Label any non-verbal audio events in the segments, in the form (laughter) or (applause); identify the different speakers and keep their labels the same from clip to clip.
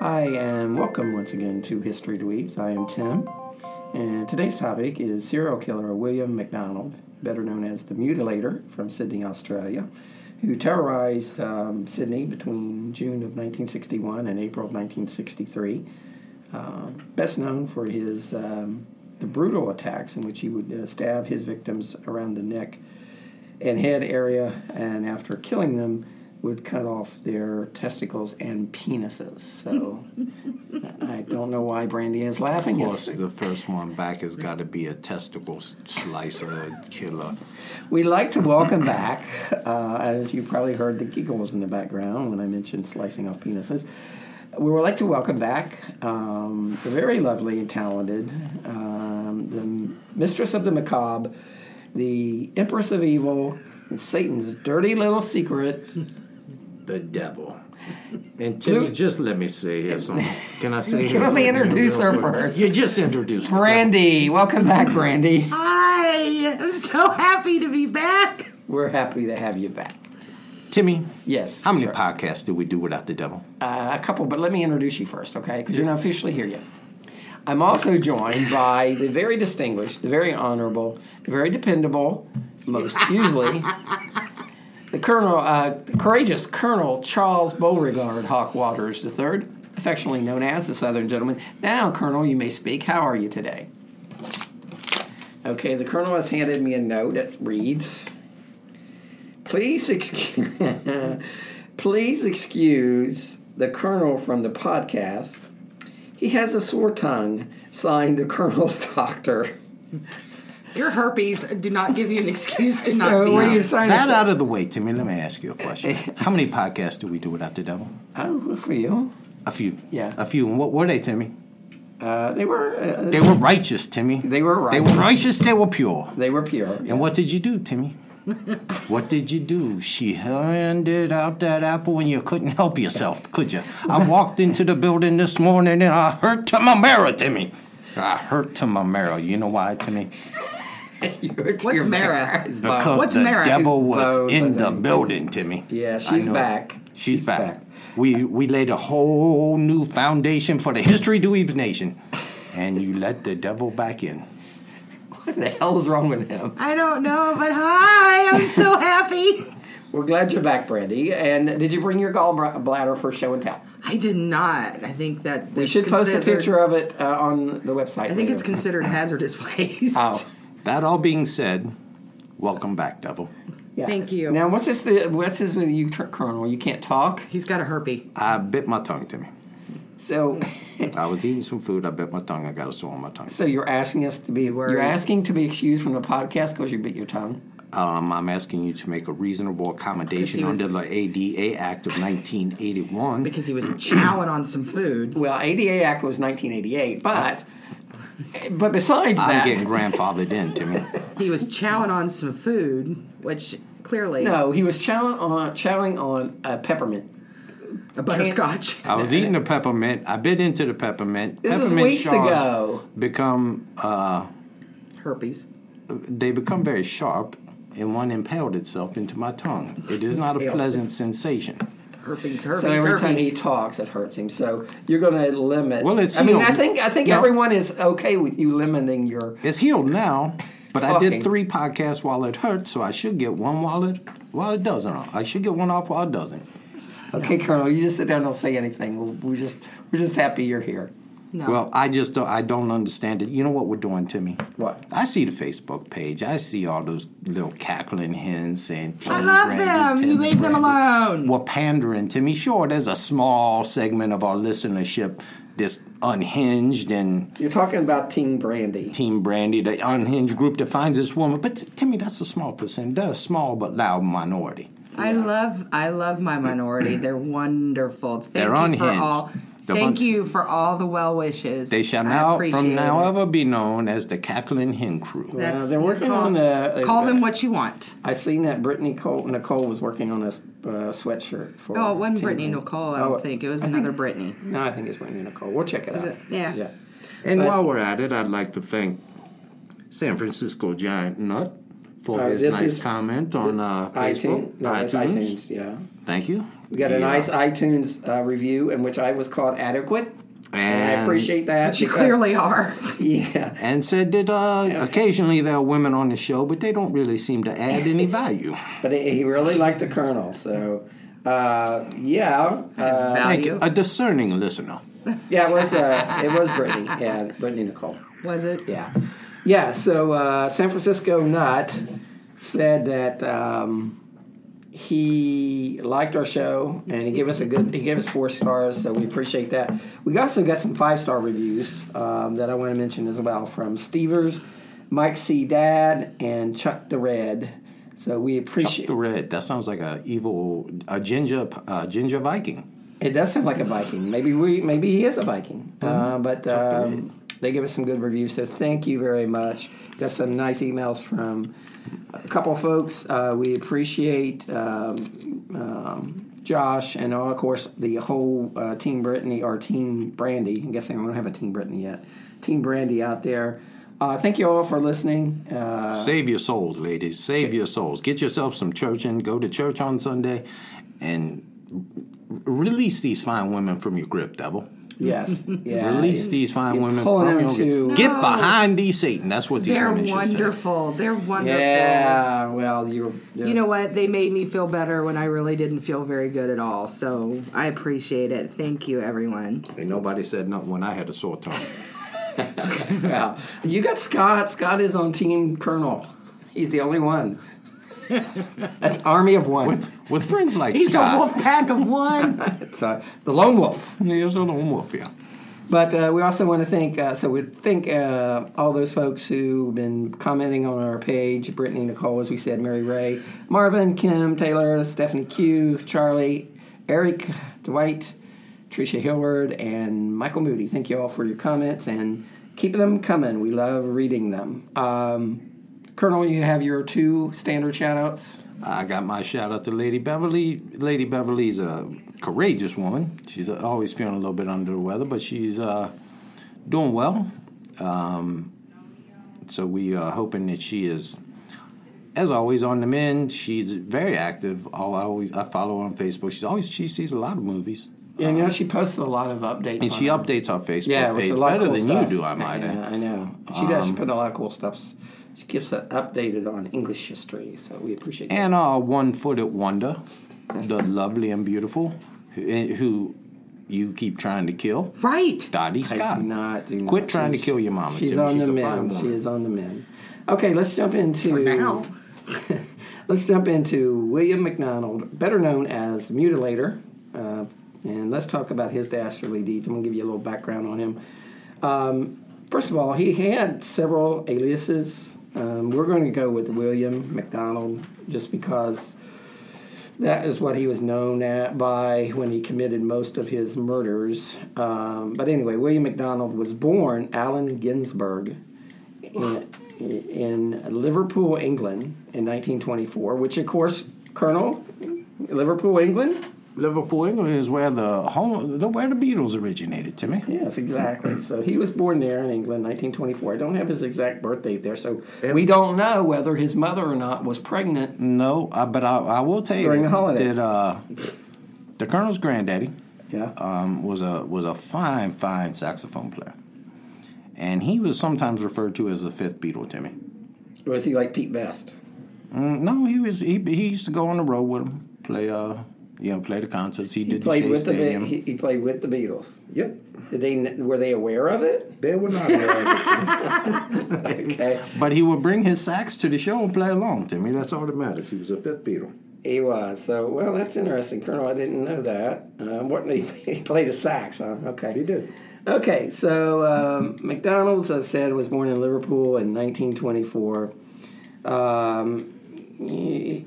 Speaker 1: Hi, and welcome once again to History Dweebs. I am Tim, and today's topic is serial killer William MacDonald, better known as the Mutilator from Sydney, Australia, who terrorized um, Sydney between June of 1961 and April of 1963. Um, best known for his um, the brutal attacks in which he would uh, stab his victims around the neck and head area, and after killing them, would cut off their testicles and penises. So (laughs) I don't know why Brandy is laughing.
Speaker 2: Of course,
Speaker 1: It's-
Speaker 2: the first one back has got to be a testicle s- slicer killer.
Speaker 1: We'd like to welcome back, uh, as you probably heard the giggles in the background when I mentioned slicing off penises. We would like to welcome back um, the very lovely and talented, um, the mistress of the macabre, the empress of evil, and Satan's dirty little secret,
Speaker 2: The devil. And Timmy, just let me say here something. Can I say here
Speaker 1: Let me
Speaker 2: something
Speaker 1: introduce her
Speaker 2: real quick?
Speaker 1: first.
Speaker 2: You just introduced her.
Speaker 1: Brandy. Welcome back, Brandy.
Speaker 3: Hi! I'm so happy to be back.
Speaker 1: We're happy to have you back.
Speaker 2: Timmy,
Speaker 1: Yes.
Speaker 2: how many
Speaker 1: sure.
Speaker 2: podcasts did we do without the devil?
Speaker 1: a couple, but let me introduce you first, okay? Because you're not officially here yet. I'm also joined by the very distinguished, the very honorable, the very dependable, most usually, the Colonel, uh, courageous Colonel Charles Beauregard Hawk Waters III, affectionately known as the Southern Gentleman. Now, Colonel, you may speak. How are you today? Okay, the Colonel has handed me a note that reads, "Please excuse." (laughs) Please excuse the colonel from the podcast. He has a sore tongue, signed the colonel's doctor.
Speaker 3: Your herpes do not give you an excuse to not
Speaker 1: So,
Speaker 3: be.
Speaker 1: what are you
Speaker 3: here.
Speaker 1: signing?
Speaker 2: That out of the way, Timmy, let me ask you
Speaker 1: (laughs)
Speaker 2: a question. How many podcasts did we do without the devil?
Speaker 1: Oh, good for you.
Speaker 2: A few.
Speaker 1: Yeah.
Speaker 2: A few. And what were they, Timmy?
Speaker 1: Uh, they were uh,
Speaker 2: They were righteous, Timmy.
Speaker 1: They were
Speaker 2: They were righteous, they were pure.
Speaker 1: they were pure. (laughs)
Speaker 2: And what did you do, Timmy? what did you do? She handed out that apple and you couldn't help yourself, could you? I walked into the building this morning and I hurt to my marrow, Timmy. I hurt to my marrow. You know why, Timmy?
Speaker 3: What's Mara?
Speaker 2: Because
Speaker 3: What's
Speaker 2: the
Speaker 3: Mara?
Speaker 2: devil was
Speaker 1: bones,
Speaker 2: in
Speaker 1: I
Speaker 2: the
Speaker 1: think.
Speaker 2: building, Timmy.
Speaker 1: Yeah,
Speaker 2: I
Speaker 1: she's
Speaker 2: know it.
Speaker 1: back.
Speaker 2: She's,
Speaker 1: She's
Speaker 2: back.
Speaker 1: back.
Speaker 2: We we laid a whole new foundation for the history dweebs nation, and you let the devil back in.
Speaker 1: (laughs) What the hell is wrong with him?
Speaker 3: I don't know, but hi! I'm so happy.
Speaker 1: We're glad you're back, Brandy. And did you bring your gallbladder for show and tell?
Speaker 3: I did not. I think that
Speaker 1: We should post a picture of it uh, on the website.
Speaker 3: I think it's
Speaker 1: later.
Speaker 3: considered hazardous (laughs) waste.
Speaker 1: Oh,
Speaker 2: That all being said, welcome back, devil.
Speaker 1: yeah.
Speaker 3: Thank you.
Speaker 1: Now, what's this? The, what's this with you, Tr- Colonel? You can't talk.
Speaker 3: He's got a herpy.
Speaker 2: I bit my tongue, Timmy.
Speaker 1: So. Mm.
Speaker 2: I was eating some food. I bit my tongue. I got a sore on my tongue.
Speaker 1: (laughs) So you're asking us to be you're asking to be excused from the podcast because you bit your tongue.
Speaker 2: Um, I'm asking you to make a reasonable accommodation
Speaker 3: Because he was-
Speaker 2: under the ADA Act of 1981.
Speaker 3: Because he was chowing on some food.
Speaker 1: Well, ADA Act was 1988, but but besides
Speaker 2: I'm
Speaker 1: that,
Speaker 2: getting grandfathered in, Timmy.
Speaker 3: He was chowing on some food, which
Speaker 1: (laughs)
Speaker 3: clearly
Speaker 1: no, he was chowing on chowing on a peppermint.
Speaker 3: a butterscotch.
Speaker 2: I was eating a peppermint. I bit into the peppermint.
Speaker 1: This was
Speaker 2: peppermint
Speaker 1: weeks
Speaker 2: shards
Speaker 1: ago.
Speaker 2: Become uh,
Speaker 3: (laughs) Herpes.
Speaker 2: they become very sharp, and one impaled itself into my tongue. It is not a
Speaker 3: Impaled.
Speaker 2: pleasant sensation.
Speaker 3: Herpes. Herpes.
Speaker 1: So every time he
Speaker 3: herpes.
Speaker 1: talks, it hurts him. So you're going to limit.
Speaker 2: Well, it's
Speaker 1: I mean,
Speaker 2: healed.
Speaker 1: I think I think
Speaker 2: No.
Speaker 1: everyone is okay with you limiting your.
Speaker 2: It's healed now, But I did
Speaker 1: Talking.
Speaker 2: three podcasts while it hurt, so I should get one while it while it doesn't. I should get one off while it doesn't.
Speaker 1: Okay, Colonel, you just sit down. Don't say anything. We'll, we just we're just happy you're here.
Speaker 3: No.
Speaker 2: Well, I just don't, I don't understand it. You know what we're doing, Timmy?
Speaker 1: What?
Speaker 2: I see the Facebook page. I see all those little cackling hens saying,
Speaker 3: I
Speaker 2: "Timmy
Speaker 3: love
Speaker 2: Brandy,
Speaker 3: them. You
Speaker 2: Timmy
Speaker 3: leave them
Speaker 2: Brandy."
Speaker 3: alone.
Speaker 2: We're pandering to me. Sure, there's a small segment of our listenership that's unhinged and
Speaker 1: You're talking about Team Brandy.
Speaker 2: Team Brandy, the unhinged group that finds this woman. But t- Timmy, that's a small percent. They're a small but loud minority.
Speaker 3: I love I love my minority. They're wonderful. Thank
Speaker 2: They're
Speaker 3: you
Speaker 2: unhinged.
Speaker 3: For all,
Speaker 2: They're
Speaker 3: thank
Speaker 2: un-
Speaker 3: you for all the well wishes.
Speaker 2: They shall
Speaker 3: I
Speaker 2: now,
Speaker 3: appreciate
Speaker 2: from now
Speaker 3: it.
Speaker 2: ever, be known as the Cackling Hen Crew.
Speaker 3: That's-
Speaker 1: Uh, they're working
Speaker 3: call,
Speaker 1: on a- a-
Speaker 3: Call them what you want.
Speaker 1: I seen that Brittany Cole, Nicole was working on this uh, sweatshirt for.
Speaker 3: Oh, it wasn't
Speaker 1: Team
Speaker 3: Brittany
Speaker 1: Brandy.
Speaker 3: Nicole. I don't
Speaker 1: Oh,
Speaker 3: think it was another
Speaker 1: (laughs)
Speaker 3: Brittany.
Speaker 1: No, I think it's Brittany Nicole. We'll check it out.
Speaker 3: it? Yeah.
Speaker 1: Yeah.
Speaker 2: And while we're at it, I'd like to thank San Francisco Giant Nut for
Speaker 1: Uh,
Speaker 2: his
Speaker 1: this
Speaker 2: nice
Speaker 1: is-
Speaker 2: comment on uh, Facebook.
Speaker 1: iTunes. No, it's iTunes. Yeah.
Speaker 2: Thank you.
Speaker 1: We got a nice iTunes uh, review in which I was called adequate. And I
Speaker 2: And-
Speaker 1: appreciate that.
Speaker 3: But you
Speaker 1: because-
Speaker 3: clearly are.
Speaker 1: (laughs) Yeah.
Speaker 2: and said that uh, occasionally there are women on the show, but they don't really seem to add
Speaker 1: (laughs)
Speaker 2: any value.
Speaker 1: But he he really liked the Colonel. So, uh, yeah. Uh,
Speaker 2: Thank
Speaker 3: Value
Speaker 2: you. A discerning listener.
Speaker 1: yeah, it was, uh, it was Brittany. Yeah, Brittany Nicole.
Speaker 3: was it?
Speaker 1: Yeah. Yeah, so uh, San Francisco Nut said that um, he liked our show and he gave us a good, he gave us four stars, so we appreciate that. We also got some five star reviews um, that I want to mention as well from Stevers, Mike C. Dad, and Chuck the Red. So we appreciate
Speaker 2: Chuck the Red. That sounds like a evil, a ginger, a ginger Viking.
Speaker 1: It does sound like a Viking. Maybe we, maybe he is a Viking. Uh, but um, they give us some good reviews, so thank you very much. Got some nice emails from a couple folks. Uh, we appreciate um, um, Josh and uh, of course the whole uh, Team Brittany or Team Brandy. I'm guessing I don't have a Team Brittany yet. Team Brandy out there. Uh, thank you all for listening. Uh,
Speaker 2: Save your souls, ladies. Save your souls. Get yourself some church and go to church on Sunday, and r- release these fine women from your grip, devil.
Speaker 1: yes, yeah.
Speaker 2: Release these fine
Speaker 1: You're
Speaker 2: women
Speaker 1: pulling
Speaker 2: from
Speaker 1: them
Speaker 2: your grip.
Speaker 1: to-
Speaker 2: Get behind these Satan. That's what these
Speaker 3: They're
Speaker 2: women should say.
Speaker 3: wonderful. They're wonderful.
Speaker 1: Yeah. Well, you're.
Speaker 3: You know what? They made me feel better when I really didn't feel very good at all. So I appreciate it. Thank you, everyone.
Speaker 2: Ain't nobody said nothing when I had a sore throat.
Speaker 1: Yeah. You got Scott. Scott is on Team Colonel. He's the only one. That's Army of One.
Speaker 2: With friends like
Speaker 3: He's
Speaker 2: Scott.
Speaker 3: a wolf pack of one.
Speaker 1: It's, uh, the lone
Speaker 2: (laughs)
Speaker 1: wolf.
Speaker 2: There's a lone wolf here.
Speaker 1: But uh, we also want to thank, uh, so we thank uh, all those folks who've been commenting on our page Brittany, Nicole, as we said, Mary Ray, Marvin, Kim, Taylor, Stephanie Q, Charlie, Eric, Dwight, Tricia Hillward, and Michael Moody. Thank you all for your comments and keep them coming. We love reading them. Um, Colonel, you have your two standard shout outs.
Speaker 2: I got my shout out to Lady Beverly. Lady Beverly's a courageous woman. She's always feeling a little bit under the weather, but she's uh, doing well. Um, so we are hoping that she is, as always, on the mend. She's very active. All I always I follow her on Facebook. She's always she sees a lot of movies.
Speaker 1: Yeah, I know she posted a lot of updates.
Speaker 2: And
Speaker 1: on
Speaker 2: she
Speaker 1: her-
Speaker 2: updates our Facebook
Speaker 1: yeah, with
Speaker 2: page
Speaker 1: a lot
Speaker 2: better
Speaker 1: of cool
Speaker 2: than
Speaker 1: stuff.
Speaker 2: you do, I might add. Um,
Speaker 1: yeah, I know. She does. She put a lot of cool stuff. She keeps it updated on English history, so we appreciate that.
Speaker 2: and our one-footed wonder, the
Speaker 1: (laughs)
Speaker 2: lovely and beautiful, who, who you keep trying to kill,
Speaker 3: Right.
Speaker 2: Dottie Scott.
Speaker 1: Do not, do not.
Speaker 2: Quit trying to
Speaker 1: She's-
Speaker 2: kill your mama.
Speaker 1: She's
Speaker 2: Jimmy.
Speaker 1: on the
Speaker 2: a fine
Speaker 1: men.
Speaker 2: woman.
Speaker 1: She is on the men. Okay, let's jump into
Speaker 3: now.
Speaker 1: let's jump into William McDonald, better known as Mutilator, uh, and let's talk about his dastardly deeds. I'm gonna give you a little background on him. Um, first of all, he had several aliases. Um, we're going to go with William McDonald just because that is what he was known at by when he committed most of his murders. Um, but anyway, William McDonald was born Allen Ginsberg in, in Liverpool, England, in 1924. Which, of course, Colonel Liverpool, England.
Speaker 2: Liverpool, England is where the home, the, where the Beatles originated. Timmy.
Speaker 1: Yes, exactly. So he was born there in England, 1924. I don't have his exact birth date there, so we don't know whether his mother or not was pregnant.
Speaker 2: No, uh, but I, I will tell you
Speaker 1: During the holidays.
Speaker 2: that uh, the Colonel's granddaddy
Speaker 1: Yeah.
Speaker 2: um, was a was a fine, fine saxophone player, and he was sometimes referred to as the fifth Beatle. Timmy.
Speaker 1: Or is he like Pete Best?
Speaker 2: No, he was he, he used to go on the road with him, play uh yeah, play the concerts. He did the
Speaker 1: Played
Speaker 2: Shea
Speaker 1: with the Be-
Speaker 2: Stadium.
Speaker 1: he, he played with the Beatles.
Speaker 4: Yep.
Speaker 1: Did they kn- were they aware of it?
Speaker 4: They were not aware of it,
Speaker 1: (laughs)
Speaker 4: Timmy.
Speaker 1: Okay,
Speaker 2: But he would bring his sax to the show and play along, Timmy. That's
Speaker 4: That's all that matters. He was a fifth Beatle.
Speaker 1: he was. So well, that's interesting, Colonel. I didn't know that. Um, what he, (laughs) he played the sax, huh? Okay,
Speaker 4: He did.
Speaker 1: Okay, so um, McDonald's, as I said, was born in Liverpool in 1924. Um, he,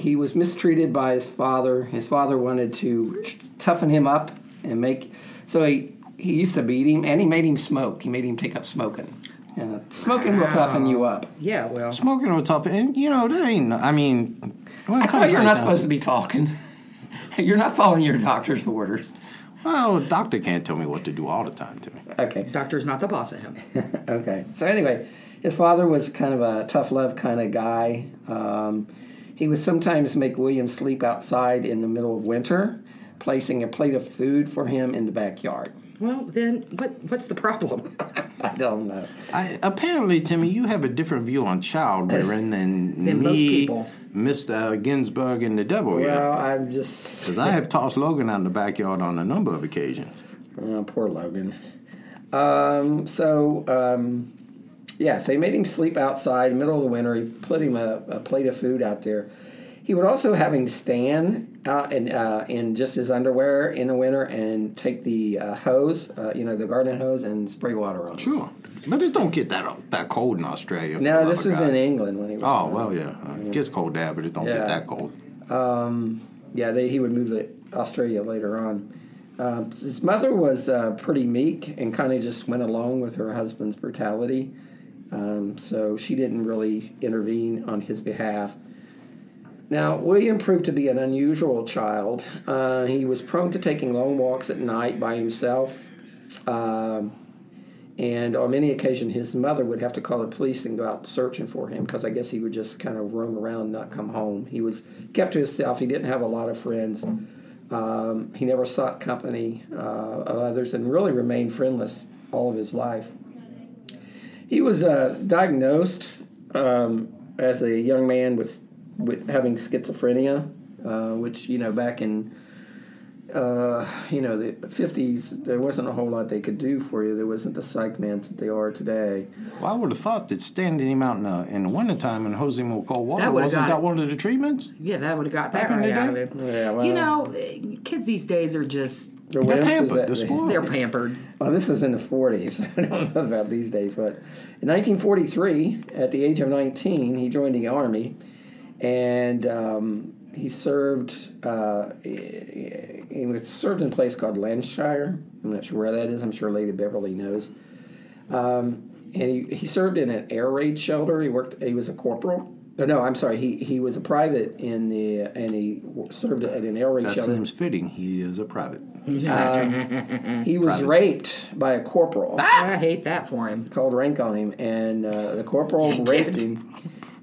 Speaker 1: he was mistreated by his father. His father wanted to toughen him up and make so he he used to beat him and he made him smoke. He made him take up smoking. Yeah, smoking will toughen you up.
Speaker 3: Yeah, well,
Speaker 2: smoking on tough. And you know, that ain't. I mean, when it
Speaker 1: I
Speaker 2: comes
Speaker 1: thought you're
Speaker 2: right
Speaker 1: not
Speaker 2: down-
Speaker 1: supposed to be talking. (laughs) you're not following your doctor's orders.
Speaker 2: Well, a doctor can't tell me what to do all the time, Timmy.
Speaker 1: Okay.
Speaker 3: doctor's not the boss of him.
Speaker 1: Okay. So anyway, his father was kind of a tough love kind of guy. Um, he would sometimes make William sleep outside in the middle of winter, placing a plate of food for him in the backyard.
Speaker 3: Well, then what? What's the problem?
Speaker 1: I don't know.
Speaker 2: I, apparently, Timmy, you have a different view on
Speaker 1: (laughs)
Speaker 2: child rearing than,
Speaker 3: Than
Speaker 2: me,
Speaker 3: most people.
Speaker 2: Mr. Ginsburg, and the devil here.
Speaker 1: Well,
Speaker 2: (laughs)
Speaker 1: I'm just
Speaker 2: Because I have tossed Logan out in the backyard on a number of occasions.
Speaker 1: oh, poor Logan. Um, so um, yeah, so he made him sleep outside middle of the winter. He put him a, a plate of food out there. He would also have him stand out in, uh, in just his underwear in the winter and take the uh, hose, uh, you know, the garden hose, and spray water on him.
Speaker 2: Sure. But it don't get that that cold in Australia. for the
Speaker 1: No,
Speaker 2: love
Speaker 1: this
Speaker 2: of
Speaker 1: was
Speaker 2: God.
Speaker 1: in England when he was.
Speaker 2: Oh, well, yeah. Uh, It gets cold there, but it don't
Speaker 1: Yeah.
Speaker 2: get that cold.
Speaker 1: Yeah, they, he would move to Australia later on. Uh, his mother was uh, pretty meek and kind of just went along with her husband's brutality. Um, so she didn't really intervene on his behalf. Now, William proved to be an unusual child. Uh, he was prone to taking long walks at night by himself. Um, and on many occasions, his mother would have to call the police and go out searching for him because I guess he would just kind of roam around, and not come home. He was kept to himself. He didn't have a lot of friends. Um, he never sought company uh, of others and really remained friendless all of his life. He was uh, diagnosed um, as a young man with with having schizophrenia, uh, which you know back in you know, the 50s, there wasn't a whole lot they could do for you. There wasn't the psych meds that they are today.
Speaker 2: Well, I would have thought that standing him out in the, in the wintertime and hosing him with cold water
Speaker 3: That would've
Speaker 2: wasn't
Speaker 3: got
Speaker 2: that
Speaker 3: it.
Speaker 2: one of the treatments?
Speaker 3: (laughs) Yeah, that would have got that
Speaker 2: Back in
Speaker 3: right
Speaker 2: the
Speaker 3: out of
Speaker 2: day?
Speaker 3: him.
Speaker 1: Yeah, well-
Speaker 3: you know, eh, kids these days are just
Speaker 1: The Wimps,
Speaker 2: They're
Speaker 1: is
Speaker 2: pampered.
Speaker 1: that-
Speaker 2: They're spoiled.
Speaker 3: they're pampered.
Speaker 1: Well, this was in the 40s. (laughs) I don't know about these days, but in 1943, at the age of 19, he joined the Army and um, he served, uh, he was served in a place called Lanshire. I'm not sure where that is. I'm sure Lady Beverly knows. Um, and he, he served in an air raid shelter. He worked. He was a corporal. No, no, I'm sorry. He he was a private in the and he served at an air raid
Speaker 2: That
Speaker 1: shelter.
Speaker 2: seems fitting. He is a private.
Speaker 1: He was raped by a corporal.
Speaker 2: Ah!
Speaker 3: I hate that for him.
Speaker 1: Called rank on him, and uh, the corporal raped
Speaker 3: did.
Speaker 1: him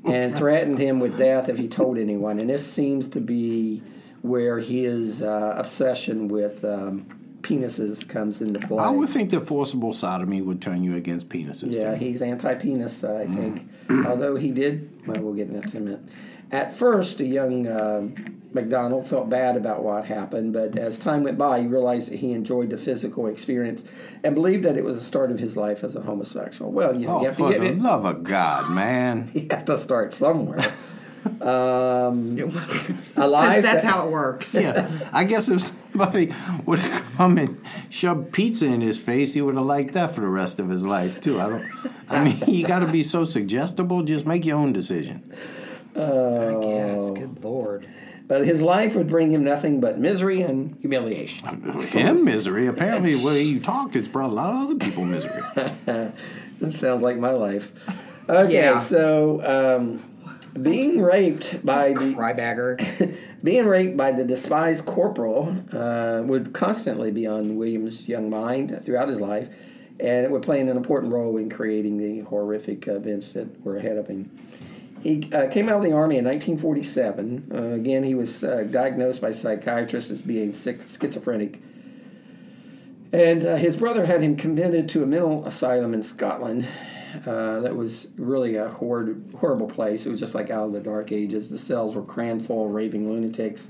Speaker 1: and threatened him with death if he told anyone. And this seems to be where his uh, obsession with um, penises comes into play.
Speaker 2: I would think that forcible sodomy would turn you against penises.
Speaker 1: Yeah,
Speaker 2: Timmy.
Speaker 1: he's anti-penis, uh,
Speaker 2: Mm.
Speaker 1: I think. Although he did, well, we'll get into that in a minute. At first, the young uh, McDonald felt bad about what happened, but as time went by, he realized that he enjoyed the physical experience and believed that it was the start of his life as a homosexual. Well, you know,
Speaker 2: Oh,
Speaker 1: you, have to
Speaker 2: for
Speaker 1: get,
Speaker 2: the
Speaker 1: it-
Speaker 2: love of
Speaker 1: (laughs)
Speaker 2: God, man.
Speaker 1: you have to start
Speaker 3: (laughs)
Speaker 1: somewhere.
Speaker 3: Because
Speaker 1: A life that-
Speaker 3: that's how it works.
Speaker 2: yeah. I guess if somebody would have come and shoved pizza in his face, he would have liked that for the rest of his life, too. I don't. I mean, you got to be so suggestible. Just make your own
Speaker 1: (laughs)
Speaker 2: decision.
Speaker 3: Yes, good lord.
Speaker 1: But his life would bring him nothing but misery and
Speaker 3: (laughs)
Speaker 1: humiliation.
Speaker 2: Him misery. Apparently, the way you talk has brought a lot of other people misery.
Speaker 1: Sounds like my life. Okay,
Speaker 3: Yeah.
Speaker 1: so um, being raped by the
Speaker 3: Crybagger.
Speaker 1: Being raped by the despised corporal uh, would constantly be on William's young mind throughout his life, and it would play an important role in creating the horrific events that were ahead of him. He uh, came out of the army in 1947. Uh, again, he was uh, diagnosed by psychiatrists as being sick, schizophrenic. And uh, his brother had him committed to a mental asylum in Scotland uh, that was really a horrid, horrible place. It was just like out of the dark ages. The cells were crammed full of raving lunatics,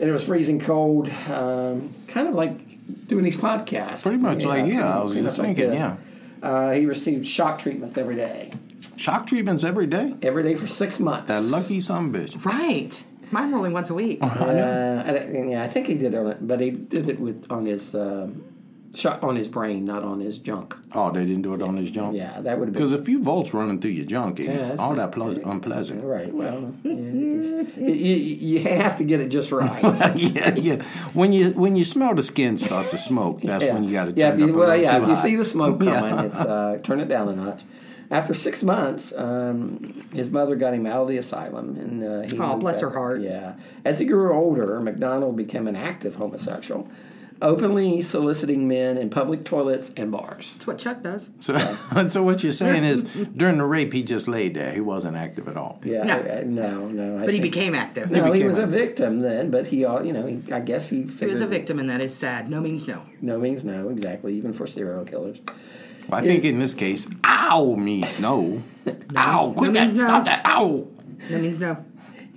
Speaker 1: and it was freezing cold. Um, kind of like doing these podcasts.
Speaker 2: Pretty much like-
Speaker 1: pretty
Speaker 2: yeah,
Speaker 1: much-
Speaker 2: I was
Speaker 1: pretty
Speaker 2: just
Speaker 1: much like
Speaker 2: thinking,
Speaker 1: this.
Speaker 2: yeah.
Speaker 1: Uh, he received shock treatments every day,
Speaker 2: Shock treatments every day.
Speaker 1: every day for six months.
Speaker 2: That lucky son bitch.
Speaker 3: Right. Mine were only once a week.
Speaker 1: Uh, I, don't- yeah, I think he did on it, but he did it with on his um, shot on his brain, not on his junk.
Speaker 2: Oh, they didn't do it on his junk.
Speaker 1: Yeah, that would have been
Speaker 2: Because a few volts running through your junk, ain't
Speaker 1: Yeah, that's
Speaker 2: all
Speaker 1: not-
Speaker 2: that pleas unpleasant.
Speaker 1: right. Well, yeah,
Speaker 2: (laughs)
Speaker 1: it's- you, you you have to get it just right.
Speaker 2: yeah, yeah. When you when you smell the skin start to smoke, that's when you got to
Speaker 1: yeah,
Speaker 2: turn
Speaker 1: if you-
Speaker 2: it up a
Speaker 1: well,
Speaker 2: little
Speaker 1: yeah.
Speaker 2: too
Speaker 1: If you
Speaker 2: high.
Speaker 1: see the
Speaker 2: (laughs)
Speaker 1: smoke coming, it's uh, turn it down a notch. After six months, um, his mother got him out of the asylum, and uh, he
Speaker 3: Aw,
Speaker 1: moved
Speaker 3: bless
Speaker 1: back-
Speaker 3: her heart.
Speaker 1: Yeah. As he grew older, McDonald became an active homosexual, openly soliciting men in public toilets and bars.
Speaker 3: That's what Chuck does.
Speaker 2: So, so (laughs) what you're saying is, during the rape, he just laid there. He wasn't active at all.
Speaker 1: Yeah,
Speaker 3: No.
Speaker 1: I- I- no, no. I
Speaker 3: But he
Speaker 1: think-
Speaker 3: became active.
Speaker 1: No, he
Speaker 2: became
Speaker 1: was a
Speaker 2: active.
Speaker 1: victim then, but he, all you know, he, I guess he
Speaker 3: He
Speaker 1: figured
Speaker 3: was a victim, and that is sad. No means no.
Speaker 1: no means no, exactly, even for serial killers.
Speaker 2: Well, I think in this case, ow
Speaker 1: (laughs)
Speaker 2: means no. ow, quit
Speaker 3: no
Speaker 2: that!
Speaker 3: means no.
Speaker 2: Stop that! Ow.
Speaker 3: No means no.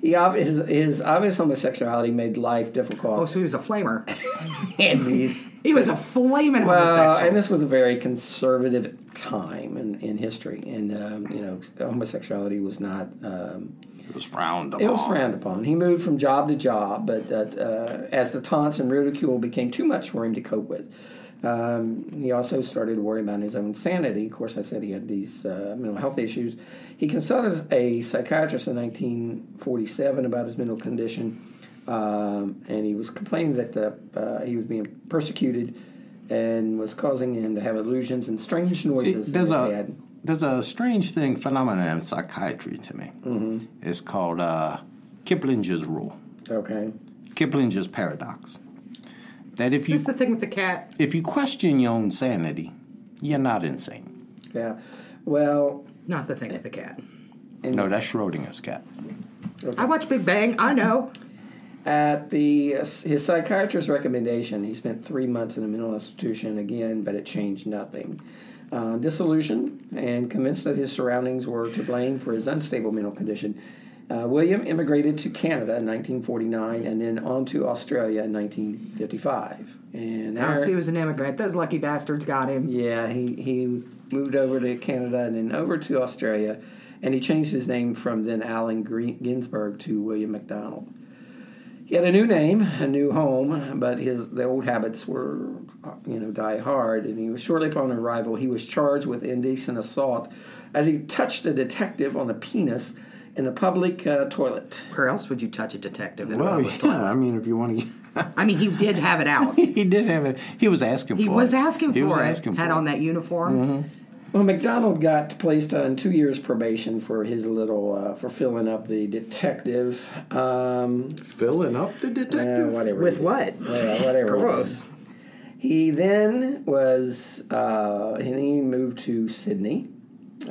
Speaker 1: He ob- his, his obvious homosexuality made life difficult.
Speaker 3: Oh, so he was a flamer.
Speaker 1: and
Speaker 3: (laughs)
Speaker 1: these.
Speaker 3: He was a flaming
Speaker 1: Well,
Speaker 3: homosexual.
Speaker 1: and this was a very conservative time in, in history, and um, you know, homosexuality was not um,
Speaker 2: It was frowned upon.
Speaker 1: It was frowned upon. He moved from job to job, but uh, uh, as the taunts and ridicule became too much for him to cope with, um, he also started to worry about his own sanity. Of course, I said he had these uh, mental health issues. He consulted a psychiatrist in 1947 about his mental condition, um, and he was complaining that the, uh, he was being persecuted and was causing him to have illusions and strange
Speaker 2: See,
Speaker 1: noises. in
Speaker 2: there's
Speaker 1: his
Speaker 2: a
Speaker 1: head.
Speaker 2: there's a strange thing phenomenon in psychiatry to me.
Speaker 1: Mm-hmm.
Speaker 2: It's called uh, Kiplinger's rule,
Speaker 1: Okay.
Speaker 2: Kiplinger's paradox. That if
Speaker 3: Is
Speaker 2: you
Speaker 3: this the thing with the cat?
Speaker 2: if you question your own sanity, you're not insane.
Speaker 1: Yeah. Well,
Speaker 3: Not the thing with the cat.
Speaker 2: No, that's Schrodinger's cat.
Speaker 3: I watch Big Bang. I know.
Speaker 1: At the his psychiatrist's recommendation, he spent three months in a mental institution again, but it changed nothing. Uh, disillusioned and convinced that his surroundings were to blame for his unstable mental condition, uh, William immigrated to Canada in 1949 and then on to Australia in 1955. And
Speaker 3: Oh,
Speaker 1: our-
Speaker 3: so he was an immigrant. Those lucky bastards got him.
Speaker 1: yeah, he, he moved over to Canada and then over to Australia, and he changed his name from then Allen Green, Ginsberg to William McDonald. He had a new name, a new home, but his the old habits were, you know, die hard. And he was shortly upon arrival, he was charged with indecent assault as he touched a detective on the penis in a public uh, toilet.
Speaker 3: Where else would you touch a detective? In
Speaker 2: Well,
Speaker 3: a public
Speaker 2: yeah. I mean, if you want to,
Speaker 3: toilet? I mean, he did have it
Speaker 2: (laughs)
Speaker 3: out.
Speaker 2: he did have it. He was asking
Speaker 3: He
Speaker 2: for.
Speaker 3: was
Speaker 2: it.
Speaker 3: asking
Speaker 2: He
Speaker 3: for
Speaker 2: was
Speaker 3: it.
Speaker 2: asking
Speaker 3: Had
Speaker 2: for
Speaker 3: on
Speaker 2: it. Mm-hmm.
Speaker 3: that uniform.
Speaker 1: Well, McDonald got placed on two years probation for his little uh, for filling up the detective. Um,
Speaker 4: Filling up the detective.
Speaker 1: Uh, whatever.
Speaker 3: With
Speaker 1: he-
Speaker 3: what?
Speaker 1: Yeah, whatever. he
Speaker 3: Gross.
Speaker 1: did. He then was, uh, and he moved to Sydney,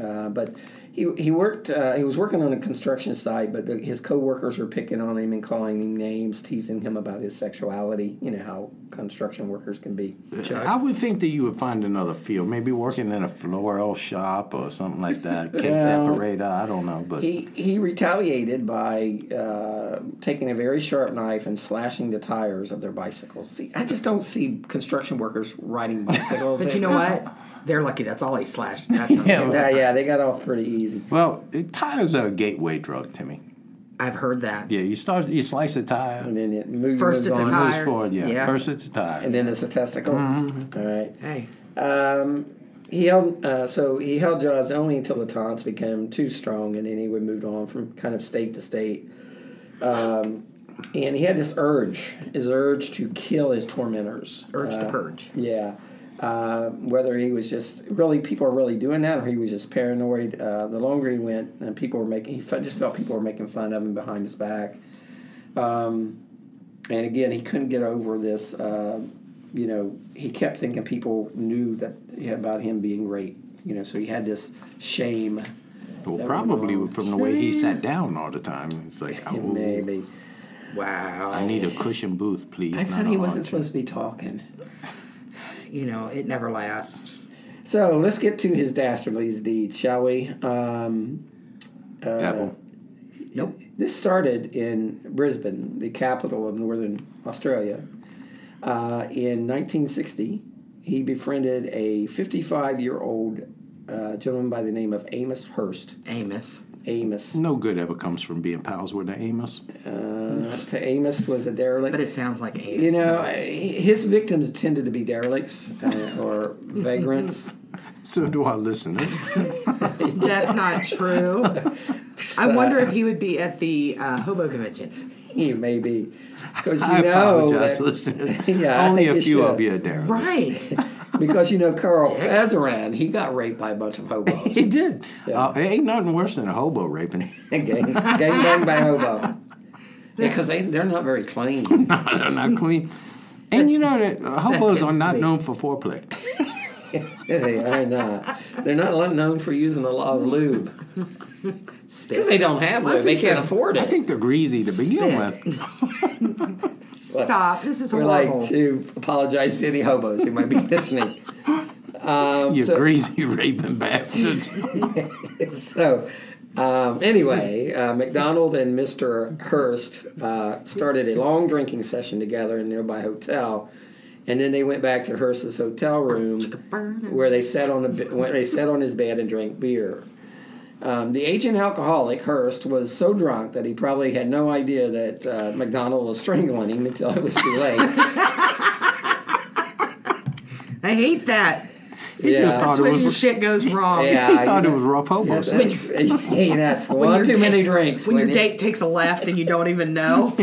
Speaker 1: uh, but he he worked. Uh, he was working on a construction site, but the, his coworkers were picking on him and calling him names, teasing him about his sexuality. You know how construction workers can be.
Speaker 2: I would think that you would find another field, maybe working in a floral shop or something like
Speaker 3: (laughs)
Speaker 2: that, cake decorator. I don't know, but
Speaker 1: He he retaliated by uh, taking a very sharp knife and slashing the tires of their bicycles. See, I just don't see construction workers
Speaker 3: (laughs)
Speaker 1: riding bicycles.
Speaker 3: But you know what? (laughs) They're lucky. That's all he slashed. That's
Speaker 2: Yeah,
Speaker 3: (laughs)
Speaker 1: Yeah, yeah, they got off pretty easy.
Speaker 2: well, it- tires are a gateway drug to me.
Speaker 3: I've heard that.
Speaker 2: Yeah, you start, you slice a tire,
Speaker 1: And then it moves
Speaker 3: First
Speaker 1: moves
Speaker 3: it's a
Speaker 1: on,
Speaker 2: it
Speaker 3: tire.
Speaker 2: moves forward. Yeah,
Speaker 3: Yeah.
Speaker 2: first it's a tire.
Speaker 1: and then it's a testicle. All right.
Speaker 3: Hey,
Speaker 1: Um, he held uh, so he held jobs only until the taunts became too strong, and then he would move on from kind of state to state. Um, and he had this urge, his urge to kill his tormentors.
Speaker 3: urge to purge.
Speaker 1: Yeah. Uh, whether he was just really people are really doing that, or he was just paranoid. Uh, the longer he went, and people were making, he fe- just felt people were making fun of him behind his back. Um, and again, he couldn't get over this. Uh, you know, he kept thinking people knew that about him being raped. You know, so he had this shame.
Speaker 2: well,
Speaker 1: that
Speaker 2: probably
Speaker 1: would-
Speaker 2: from the way he
Speaker 1: (laughs)
Speaker 2: sat down all the time, it's like, oh,
Speaker 1: Maybe
Speaker 3: Wow.
Speaker 2: I need a cushion booth, please.
Speaker 1: I
Speaker 2: not
Speaker 1: thought
Speaker 2: an
Speaker 1: he wasn't
Speaker 2: armchair.
Speaker 1: supposed to be talking.
Speaker 3: You know, it never lasts.
Speaker 1: So let's get to his dastardly deeds, shall we? Um,
Speaker 2: Devil.
Speaker 1: Nope. This started in Brisbane, the capital of northern Australia. Uh, in 1960, he befriended a 55 year old uh, gentleman by the name of Amos Hurst.
Speaker 3: Amos.
Speaker 1: Amos.
Speaker 2: No good ever comes from being pals with the Amos. (laughs)
Speaker 1: Uh, Amos was a derelict.
Speaker 3: But it sounds like Amos.
Speaker 1: you know, his victims tended to be derelicts uh, or vagrants.
Speaker 2: So do our
Speaker 1: (laughs)
Speaker 2: listeners.
Speaker 3: (laughs) That's not true. (laughs) I wonder if he would be at the uh, hobo convention.
Speaker 1: you may be.
Speaker 3: (laughs)
Speaker 1: 'Cause you
Speaker 2: I
Speaker 1: know
Speaker 2: apologize,
Speaker 1: that- (laughs)
Speaker 2: listeners.
Speaker 1: Yeah, I
Speaker 2: Only
Speaker 1: think
Speaker 2: a
Speaker 1: you
Speaker 2: few
Speaker 1: should.
Speaker 2: of you are there.
Speaker 3: Right.
Speaker 1: Because you know Carl
Speaker 3: (laughs)
Speaker 1: Azaran, he got raped by a bunch of hobos.
Speaker 2: (laughs) He did. Uh, it ain't nothing worse than a hobo raping. (laughs)
Speaker 1: gang, gang bang by hobo. Because they they're not very clean.
Speaker 2: They're not clean. And you know that uh, hobos are
Speaker 3: tends to
Speaker 2: not
Speaker 3: be-
Speaker 2: known for foreplay.
Speaker 1: (laughs) they are not. They're not known for using a lot of lube because they don't have lube. They can't afford
Speaker 2: I
Speaker 1: it.
Speaker 2: think they're greasy to begin
Speaker 3: Spit.
Speaker 2: with.
Speaker 3: (laughs) Stop. This is
Speaker 1: We're like
Speaker 3: horrible.
Speaker 1: to apologize to any hobos who might be (laughs) listening.
Speaker 2: You greasy (laughs) raping
Speaker 1: (laughs)
Speaker 2: bastards.
Speaker 1: So, um, anyway, uh, McDonald and Mr. Hurst uh, started a long drinking session together in a nearby hotel, and then they went back to Hurst's hotel room where they sat on a, be- where they sat on his bed and drank beer. Um, the aging alcoholic Hurst was so drunk that he probably had no idea that uh, McDonald was strangling him until it was too late.
Speaker 3: I hate that.
Speaker 2: He just
Speaker 1: Yeah.
Speaker 2: thought
Speaker 3: That's
Speaker 2: it
Speaker 3: when
Speaker 2: (laughs)
Speaker 3: your
Speaker 2: was.
Speaker 3: shit goes wrong.
Speaker 1: Yeah.
Speaker 2: He
Speaker 1: I-
Speaker 2: thought it was rough hobo sex.
Speaker 1: That's, (laughs) hey, that's one
Speaker 3: your
Speaker 1: too many
Speaker 3: date-
Speaker 1: drinks.
Speaker 3: When your
Speaker 1: Wendy.
Speaker 3: date takes a left and you don't even know.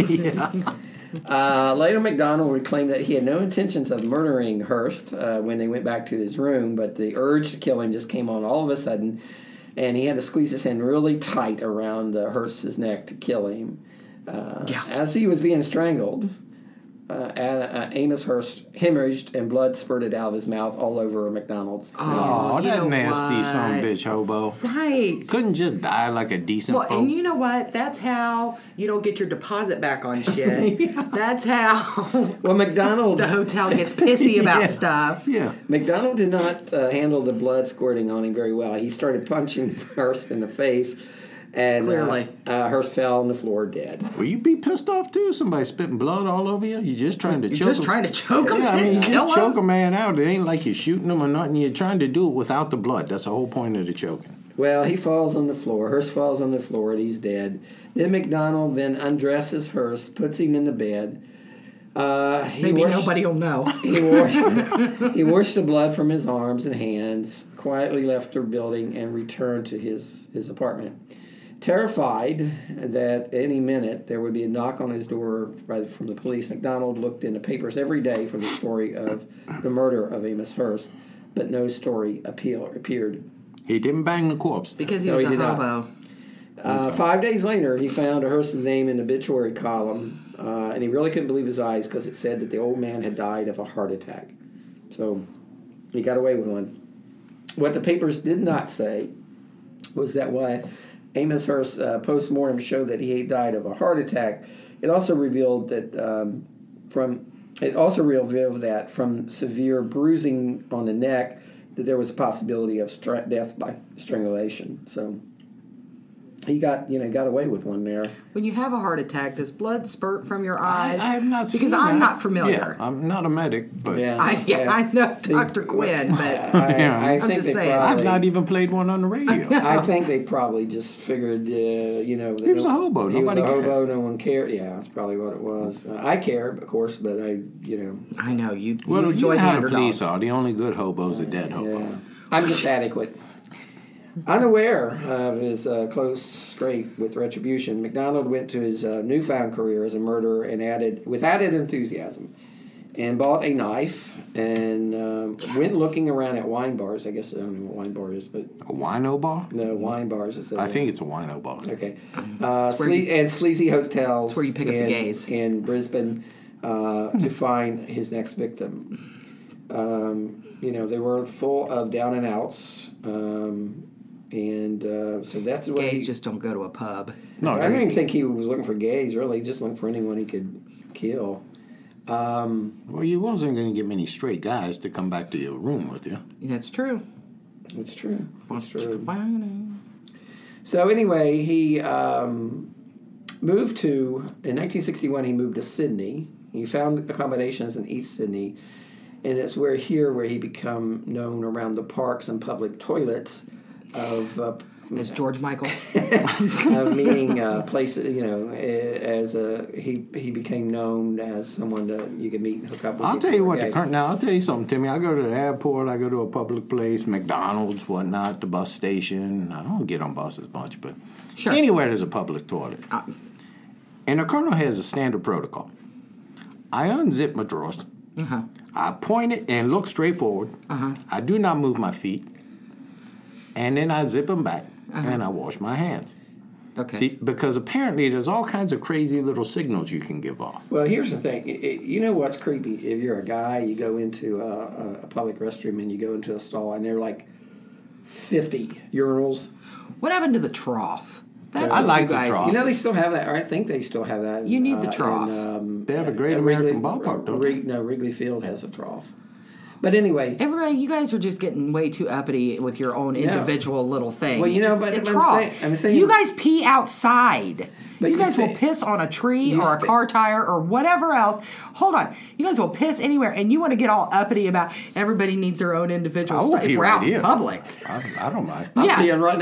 Speaker 1: Uh, later, McDonald would claim that he had no intentions of murdering Hearst uh, when they went back to his room, but the urge to kill him just came on all of a sudden, and he had to squeeze his hand really tight around uh, Hearst's neck to kill him. Uh,
Speaker 3: Yeah.
Speaker 1: As he was being strangled, uh, Ad- uh, Amos Hearst hemorrhaged and blood spurted out of his mouth all over McDonald's.
Speaker 2: Oh,
Speaker 3: You
Speaker 2: that
Speaker 3: know
Speaker 2: nasty son of a
Speaker 3: what?
Speaker 2: bitch hobo.
Speaker 3: Right.
Speaker 2: Couldn't just die like a decent
Speaker 3: Well,
Speaker 2: folk.
Speaker 3: and you know what? That's how you don't get your deposit
Speaker 2: (laughs)
Speaker 3: back on shit. That's how (laughs)
Speaker 1: Well, McDonald
Speaker 3: the hotel gets pissy
Speaker 2: (laughs)
Speaker 3: about
Speaker 2: Yeah.
Speaker 3: stuff.
Speaker 2: yeah.
Speaker 1: McDonald did not uh, handle the blood squirting on him very well. He started punching (laughs) Hurst in the face, and uh,
Speaker 3: Clearly.
Speaker 1: uh, Hurst fell on the floor dead.
Speaker 2: Will you be pissed off too? Somebody spitting blood all over you? You're just trying to
Speaker 3: You're
Speaker 2: choke
Speaker 3: just
Speaker 2: a-
Speaker 3: trying to choke him.
Speaker 2: Yeah, I
Speaker 3: (laughs)
Speaker 2: mean, you
Speaker 3: Kill
Speaker 2: just
Speaker 3: him?
Speaker 2: choke a man out. It ain't like you're shooting him or nothing. You're trying to do it without the blood. That's the whole point of the choking.
Speaker 1: Well, he falls on the floor. Hurst falls on the floor, and he's dead. Then McDonald then undresses Hurst, puts him in the bed. Uh, he
Speaker 3: Maybe
Speaker 1: washed-
Speaker 3: nobody will know.
Speaker 2: (laughs)
Speaker 1: He washed, he washed the blood from his arms and hands, quietly left the building, and returned to his, his apartment. Terrified that any minute there would be a knock on his door by, from the police, McDonald looked in the papers every day for the story of the murder of Amos Hurst, but no story appeal, appeared.
Speaker 2: He didn't bang the corpse.
Speaker 3: Because he
Speaker 1: No,
Speaker 3: was
Speaker 1: he
Speaker 3: a
Speaker 1: did not.
Speaker 3: hobo.
Speaker 1: Uh, five days later, he found Hurst's name in the obituary column, uh, and he really couldn't believe his eyes because it said that the old man had died of a heart attack. So he got away with one. What the papers did not say was that why Amos Hurst's uh, postmortem showed that he had died of a heart attack. It also revealed that um, from it also revealed that from severe bruising on the neck that there was a possibility of stra- death by strangulation. So he got you know got away with one there.
Speaker 3: When you have a heart attack, does blood spurt from your eyes?
Speaker 2: I, I have not
Speaker 3: Because
Speaker 2: seen
Speaker 3: I'm
Speaker 2: that.
Speaker 3: not familiar.
Speaker 2: Yeah, I'm not a medic, but
Speaker 3: (laughs) I, yeah, I know Dr.
Speaker 2: (laughs)
Speaker 3: Quinn, but
Speaker 1: I, I
Speaker 2: I'm
Speaker 1: think
Speaker 3: just
Speaker 1: they
Speaker 3: saying.
Speaker 1: probably,
Speaker 2: I've not even played one on the
Speaker 3: (laughs)
Speaker 2: radio.
Speaker 1: I think they probably just figured, uh, you know, that
Speaker 2: He was
Speaker 1: no-
Speaker 2: a hobo.
Speaker 1: He
Speaker 2: Nobody
Speaker 1: was a
Speaker 2: cared.
Speaker 1: hobo. No one cared. Yeah, that's probably what it was. Uh, I care, of course, but I, you know,
Speaker 3: I know you. you
Speaker 2: well, you
Speaker 3: enjoy
Speaker 2: know
Speaker 3: the
Speaker 2: how the
Speaker 3: underdog.
Speaker 2: police are. The only good hobos are dead hobo.
Speaker 1: yeah, I'm just adequate. Unaware of his uh, close scrape with retribution, McDonald went to his uh, newfound career as a murderer and added, with added enthusiasm, and bought a knife and um, went looking around at wine bars. I guess I don't know what wine bar is, but
Speaker 2: A wino bar?
Speaker 1: no wine bars. It says
Speaker 2: I
Speaker 1: on
Speaker 2: think it's a wino bar.
Speaker 1: Okay. Uh,
Speaker 3: Mm-hmm. where
Speaker 1: sle-
Speaker 3: you-
Speaker 1: and sleazy hotels.
Speaker 3: where you pick up the
Speaker 1: in,
Speaker 3: gays. Mm-hmm.
Speaker 1: In Brisbane uh, to find his next victim. Um, you know, they were full of down and outs. Um, and uh, so that's the way.
Speaker 3: Gays
Speaker 1: he-
Speaker 3: just don't go to a pub.
Speaker 2: No,
Speaker 1: I don't
Speaker 2: there's-
Speaker 1: even think he was looking for gays, really. He just looking for anyone he could kill.
Speaker 2: well, you wasn't going to get many straight guys to come back to your room with you.
Speaker 3: That's true.
Speaker 1: It's true. It's true.
Speaker 2: Wow.
Speaker 1: So anyway, he um, moved to in 1961. He moved to Sydney. He found accommodations in East Sydney, and it's where here where he become known around the parks and public toilets of uh,
Speaker 3: As George
Speaker 2: (laughs)
Speaker 3: Michael.
Speaker 1: of meaning uh, places. You know, eh, as a he he became known as someone that you could meet and hook up with.
Speaker 2: I'll
Speaker 1: if
Speaker 2: tell
Speaker 1: you
Speaker 2: you
Speaker 1: were
Speaker 2: what, the
Speaker 1: gay.
Speaker 2: current now, I'll tell you something, Timmy. I go to the airport, I go to a public place, McDonald's, whatnot, the bus station. I don't get on buses much, but
Speaker 3: Sure.
Speaker 2: anywhere there's a public toilet.
Speaker 3: Uh,
Speaker 2: and the colonel has a standard protocol. I unzip my drawers. I point it and look straight forward. I do not move my feet. And then I zip them back and I wash my hands.
Speaker 3: Okay.
Speaker 2: See, because apparently there's all kinds of crazy little signals you can give off.
Speaker 1: Well, here's the thing. It- it- you know what's creepy? If you're a guy, you go into a, a- a public restroom and you go into a stall, and there are like 50 urinals.
Speaker 3: What happened to the trough? That's
Speaker 2: I
Speaker 3: what
Speaker 2: like
Speaker 3: you
Speaker 2: the
Speaker 3: guys-
Speaker 2: trough.
Speaker 1: You know they still have that, or I think they still have that. in,
Speaker 3: You need the
Speaker 1: uh,
Speaker 3: trough.
Speaker 1: in, um,
Speaker 2: They have a great
Speaker 1: at Wrigley-
Speaker 2: American ballpark, don't
Speaker 1: Wrig- No, Wrigley Field has a trough. But anyway,
Speaker 3: Everybody, you guys are just getting way too uppity with your own individual little things.
Speaker 1: Well, you know,
Speaker 3: Just
Speaker 1: but
Speaker 3: a
Speaker 1: I'm
Speaker 3: trough.
Speaker 1: saying- I'm saying-
Speaker 3: you guys pee outside.
Speaker 1: But
Speaker 3: you
Speaker 1: you
Speaker 3: guys will
Speaker 1: say-
Speaker 3: piss on a tree
Speaker 1: you
Speaker 3: or a
Speaker 1: say-
Speaker 3: car tire or whatever else. Hold on, you guys will piss anywhere, and you want to get all uppity about everybody needs their own individual.
Speaker 2: I will
Speaker 3: stuff.
Speaker 2: pee
Speaker 3: If we're
Speaker 2: right
Speaker 3: out
Speaker 2: here.
Speaker 3: in public,
Speaker 2: I, I don't mind.
Speaker 3: yeah.
Speaker 1: I'm peeing right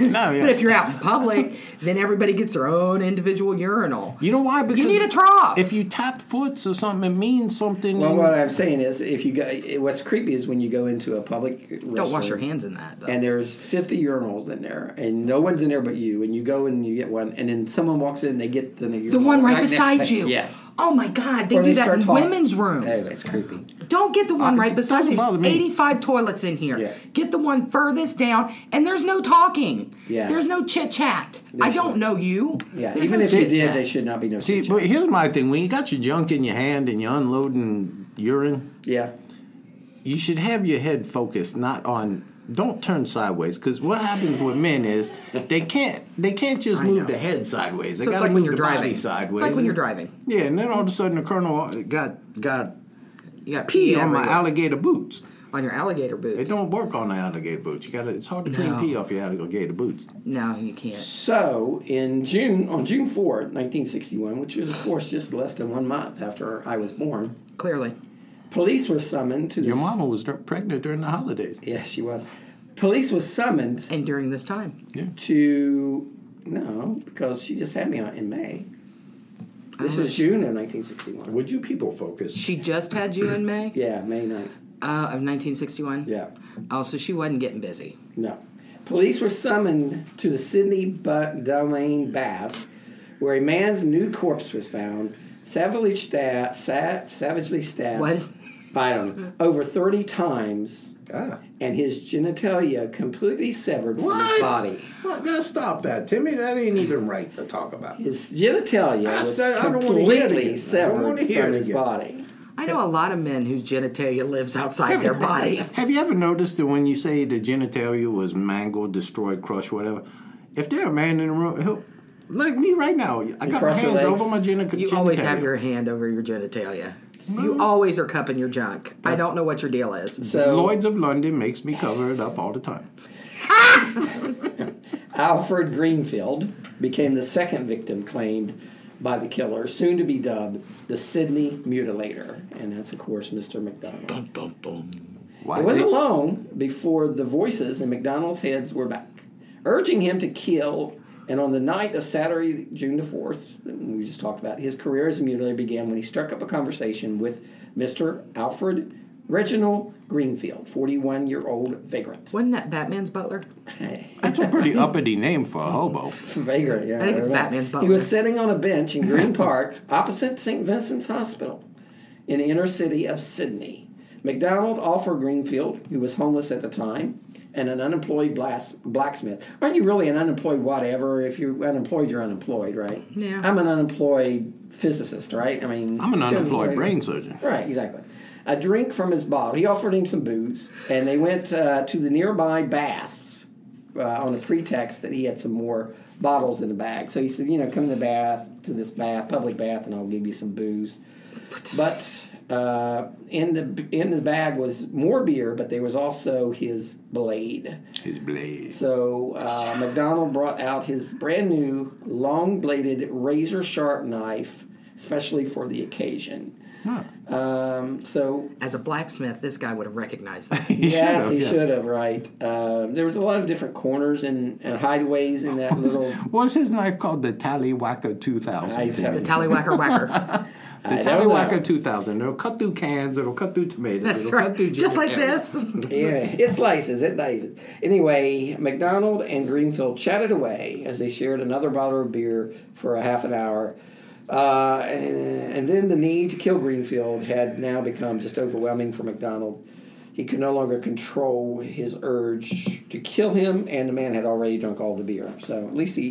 Speaker 1: now.
Speaker 3: (laughs)
Speaker 2: no, yeah.
Speaker 3: But if you're out in public, then everybody gets their own individual urinal.
Speaker 2: You know why? Because
Speaker 3: need a trough.
Speaker 2: If you tap foots or something, it means something.
Speaker 1: well,
Speaker 2: and-
Speaker 1: what I'm saying is, if you go, it- what's creepy is when you go into a public restroom.
Speaker 3: Don't wash your hands in that. Though.
Speaker 1: and there's 50 urinals in there, and no one's in there but you, and you go and you get one, and then someone walks in and they get the urinal
Speaker 3: the one right
Speaker 1: next
Speaker 3: beside
Speaker 1: thing.
Speaker 3: you.
Speaker 1: Yes.
Speaker 3: Oh my God, they
Speaker 1: Or
Speaker 3: do that
Speaker 1: start
Speaker 3: in
Speaker 1: talking.
Speaker 3: women's rooms.
Speaker 1: Anyway, it's creepy.
Speaker 3: Don't get the one
Speaker 2: Uh,
Speaker 3: right
Speaker 2: it
Speaker 3: beside
Speaker 2: doesn't
Speaker 3: you.
Speaker 2: bother
Speaker 3: There's
Speaker 2: me.
Speaker 3: 85 toilets in here.
Speaker 1: Yeah.
Speaker 3: Get the one furthest down, and there's no talking.
Speaker 1: Yeah.
Speaker 3: There's no chit chat. I don't know you.
Speaker 1: Yeah,
Speaker 3: There's
Speaker 1: even
Speaker 3: no
Speaker 1: if you
Speaker 3: chit-chat.
Speaker 1: did, they should not be no.
Speaker 2: See,
Speaker 1: chit-chat.
Speaker 2: but here's my thing: when you got your junk in your hand and you're unloading urine,
Speaker 1: yeah,
Speaker 2: you should have your head focused, not on. Don't turn sideways, because what happens with men is they can't they can't just move
Speaker 3: know.
Speaker 2: the head sideways. They
Speaker 3: So it's
Speaker 2: gotta
Speaker 3: like
Speaker 2: move
Speaker 3: when you're
Speaker 2: the body
Speaker 3: driving.
Speaker 2: sideways.
Speaker 3: It's like when you're driving.
Speaker 2: Yeah, and then all of a sudden the colonel got got
Speaker 3: You got
Speaker 2: pee on my
Speaker 3: everywhere.
Speaker 2: alligator boots.
Speaker 3: on your alligator boots.
Speaker 2: It don't work on the alligator boots. You gotta it's hard to clean
Speaker 3: No.
Speaker 2: pee off your alligator boots.
Speaker 3: No, you can't.
Speaker 1: So in June, on June fourth, nineteen sixty-one, which was of course just less than one month after I was born,
Speaker 3: Clearly.
Speaker 1: police were summoned to the
Speaker 2: Your
Speaker 1: s-
Speaker 2: mama was dur- pregnant during the holidays.
Speaker 1: Yes, she was. Police was summoned
Speaker 3: And during this time.
Speaker 1: to no, because she just had me on in May. This is June of nineteen sixty-one.
Speaker 4: Would you people focus?
Speaker 3: She just had you in May
Speaker 1: Yeah, May 9th.
Speaker 3: uh, of 1961.
Speaker 1: Yeah,
Speaker 3: Oh, so she wasn't getting busy.
Speaker 1: no. Police were summoned to the Sydney Bu- Domain Bath, where a man's nude corpse was found, savagely stabbed, sa- savagely stabbed.
Speaker 3: What?
Speaker 1: by- I don't know. Over thirty times,
Speaker 4: Ah.
Speaker 1: and his genitalia completely severed from his body.
Speaker 4: Well, now stop that, Timmy. That ain't even right to talk about.
Speaker 1: His genitalia
Speaker 4: I
Speaker 1: was
Speaker 4: said- I don't wanna hear it again. I
Speaker 1: completely
Speaker 4: don't wanna
Speaker 1: severed
Speaker 4: hear
Speaker 1: from
Speaker 4: it
Speaker 1: his
Speaker 4: again.
Speaker 1: body.
Speaker 3: I know a lot of men whose genitalia lives outside
Speaker 1: (laughs)
Speaker 3: their body.
Speaker 2: (laughs) Have you ever noticed that when you say the genitalia was mangled, destroyed, crushed, whatever, if there's a man in the room, he'll, like me right now, I got my
Speaker 1: cross your
Speaker 2: hands
Speaker 1: legs.
Speaker 2: over my geni- genitalia.
Speaker 3: You always have your hand over your genitalia. You always are cupping your junk. I don't know what your deal is.
Speaker 1: So
Speaker 2: Lloyd's of London makes me cover it up all the time.
Speaker 1: Alfred Greenfield became the second victim claimed by the killer, soon to be dubbed the Sydney Mutilator, and that's of course Mr. McDonald.
Speaker 2: Why
Speaker 1: It wasn't
Speaker 2: they-
Speaker 1: long before the voices in McDonald's heads were back, urging him to kill. And on the night of Saturday, June the fourth, we just talked about his career as a mutilator began when he struck up a conversation with Mr. Alfred Reginald Greenfield, forty-one-year-old vagrant.
Speaker 3: Wasn't that Batman's butler?
Speaker 2: That's a
Speaker 3: (laughs)
Speaker 2: pretty uppity name for a hobo.
Speaker 1: Vagrant, yeah.
Speaker 3: I think it's
Speaker 1: right.
Speaker 3: Batman's
Speaker 1: He
Speaker 3: butler.
Speaker 1: was sitting on a bench in
Speaker 3: (laughs)
Speaker 1: Green Park, opposite St. Vincent's Hospital, in the inner city of Sydney. McDonald offered Greenfield, who was homeless at the time, and an unemployed blas- blacksmith. Aren't you really an unemployed whatever? If you're unemployed, you're unemployed, right?
Speaker 3: Yeah.
Speaker 1: I'm an unemployed physicist, right? I mean,
Speaker 2: I'm an
Speaker 1: you're
Speaker 2: unemployed brain surgeon.
Speaker 1: Right, exactly. A drink from his bottle. He offered him some booze, and they went uh, to the nearby baths uh, on a pretext that he had some more bottles in the bag. So he said, you know, come to the bath, to this bath, public bath, and I'll give you some booze. But Uh, in the in the bag was more beer, but there was also his blade.
Speaker 4: His blade. (laughs)
Speaker 1: So uh, McDonald brought out his brand new long bladed razor sharp knife, especially for the occasion. Um, so
Speaker 3: As a blacksmith, this guy would have recognized that.
Speaker 1: yes,
Speaker 4: should've,
Speaker 1: he
Speaker 4: yeah.
Speaker 1: should have right. Um, there was a lot of different corners and, and hideaways
Speaker 4: (laughs)
Speaker 1: in that little.
Speaker 4: Was his knife called the Tallywhacker
Speaker 1: I
Speaker 4: 2000?
Speaker 1: (laughs) have-
Speaker 3: the tallywhacker whacker.
Speaker 4: The
Speaker 1: I don't know.
Speaker 4: Tallywhacker 2000. It'll cut through cans. It'll cut through tomatoes.
Speaker 3: That's
Speaker 4: it'll cut
Speaker 3: right.
Speaker 4: through
Speaker 3: Just like
Speaker 4: gingerbread.
Speaker 3: this.
Speaker 1: yeah, it slices, it dices. Anyway, McDonald and Greenfield chatted away as they shared another bottle of beer for a half an hour. Uh, and, and then the need to kill Greenfield had now become just overwhelming for McDonald. He could no longer control his urge to kill him, and the man had already drunk all the beer. So at least he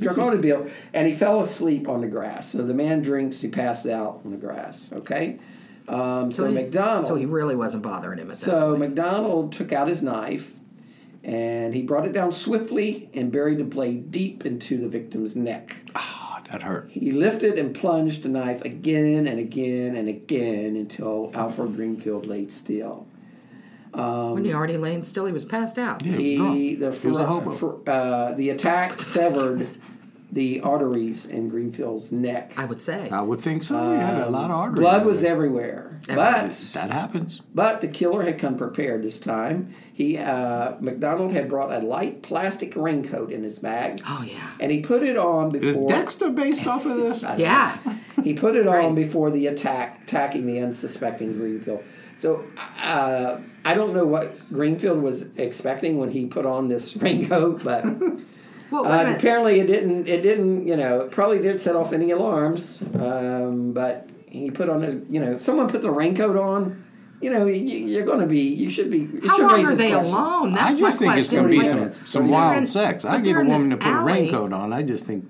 Speaker 1: drunk all the beer, and he fell asleep on the grass. So the man drinks, he passed out on the grass. Okay, um, so, McDonald.
Speaker 3: So he really wasn't bothering him at that.
Speaker 1: So McDonald took out his knife and he brought it down swiftly and buried the blade deep into the victim's neck.
Speaker 4: Ah, that hurt.
Speaker 1: He lifted and plunged the knife again and again and again until Alfred Greenfield laid still.
Speaker 3: when
Speaker 1: um,
Speaker 3: he already laying still, he was passed out.
Speaker 4: Yeah, he was drunk.
Speaker 1: He, the,
Speaker 4: He was a
Speaker 1: fer-
Speaker 4: hobo.
Speaker 1: fer- uh, the attack severed the arteries in Greenfield's neck.
Speaker 3: I would say.
Speaker 4: I would think so. he had a
Speaker 3: Um,
Speaker 4: lot of arteries.
Speaker 1: Blood
Speaker 4: in
Speaker 1: was
Speaker 4: there.
Speaker 1: everywhere, but
Speaker 4: That happens.
Speaker 1: But the killer had come prepared this time. He uh, McDonald had brought a light plastic raincoat in his bag.
Speaker 3: Oh, yeah.
Speaker 1: And he put it on before
Speaker 4: Is Dexter based off of
Speaker 3: (laughs)
Speaker 4: this?
Speaker 3: yeah.
Speaker 1: he put it on
Speaker 3: Right.
Speaker 1: before the attack, attacking the unsuspecting Greenfield. So uh, I don't know what Greenfield was expecting when he put on this (laughs) raincoat, but
Speaker 3: Well, wait a
Speaker 1: uh,
Speaker 3: minute.
Speaker 1: apparently it didn't. It didn't. You know, it probably didn't set off any alarms. Um, but he put on his. You know, if someone puts a raincoat on, you know, you, you're going to be. You should be. You
Speaker 3: How
Speaker 1: should
Speaker 3: long
Speaker 1: raise
Speaker 3: are
Speaker 1: this
Speaker 3: they
Speaker 1: question.
Speaker 3: alone? That's
Speaker 4: I just
Speaker 3: my
Speaker 4: think it's
Speaker 3: question.
Speaker 4: going to be
Speaker 1: Wait a
Speaker 4: some,
Speaker 1: minute.
Speaker 4: some
Speaker 1: But they're
Speaker 4: wild
Speaker 3: in-
Speaker 4: sex.
Speaker 3: but
Speaker 4: I get
Speaker 3: they're
Speaker 4: a
Speaker 3: in
Speaker 4: woman to
Speaker 3: this
Speaker 4: put a
Speaker 3: alley.
Speaker 4: raincoat on. I just think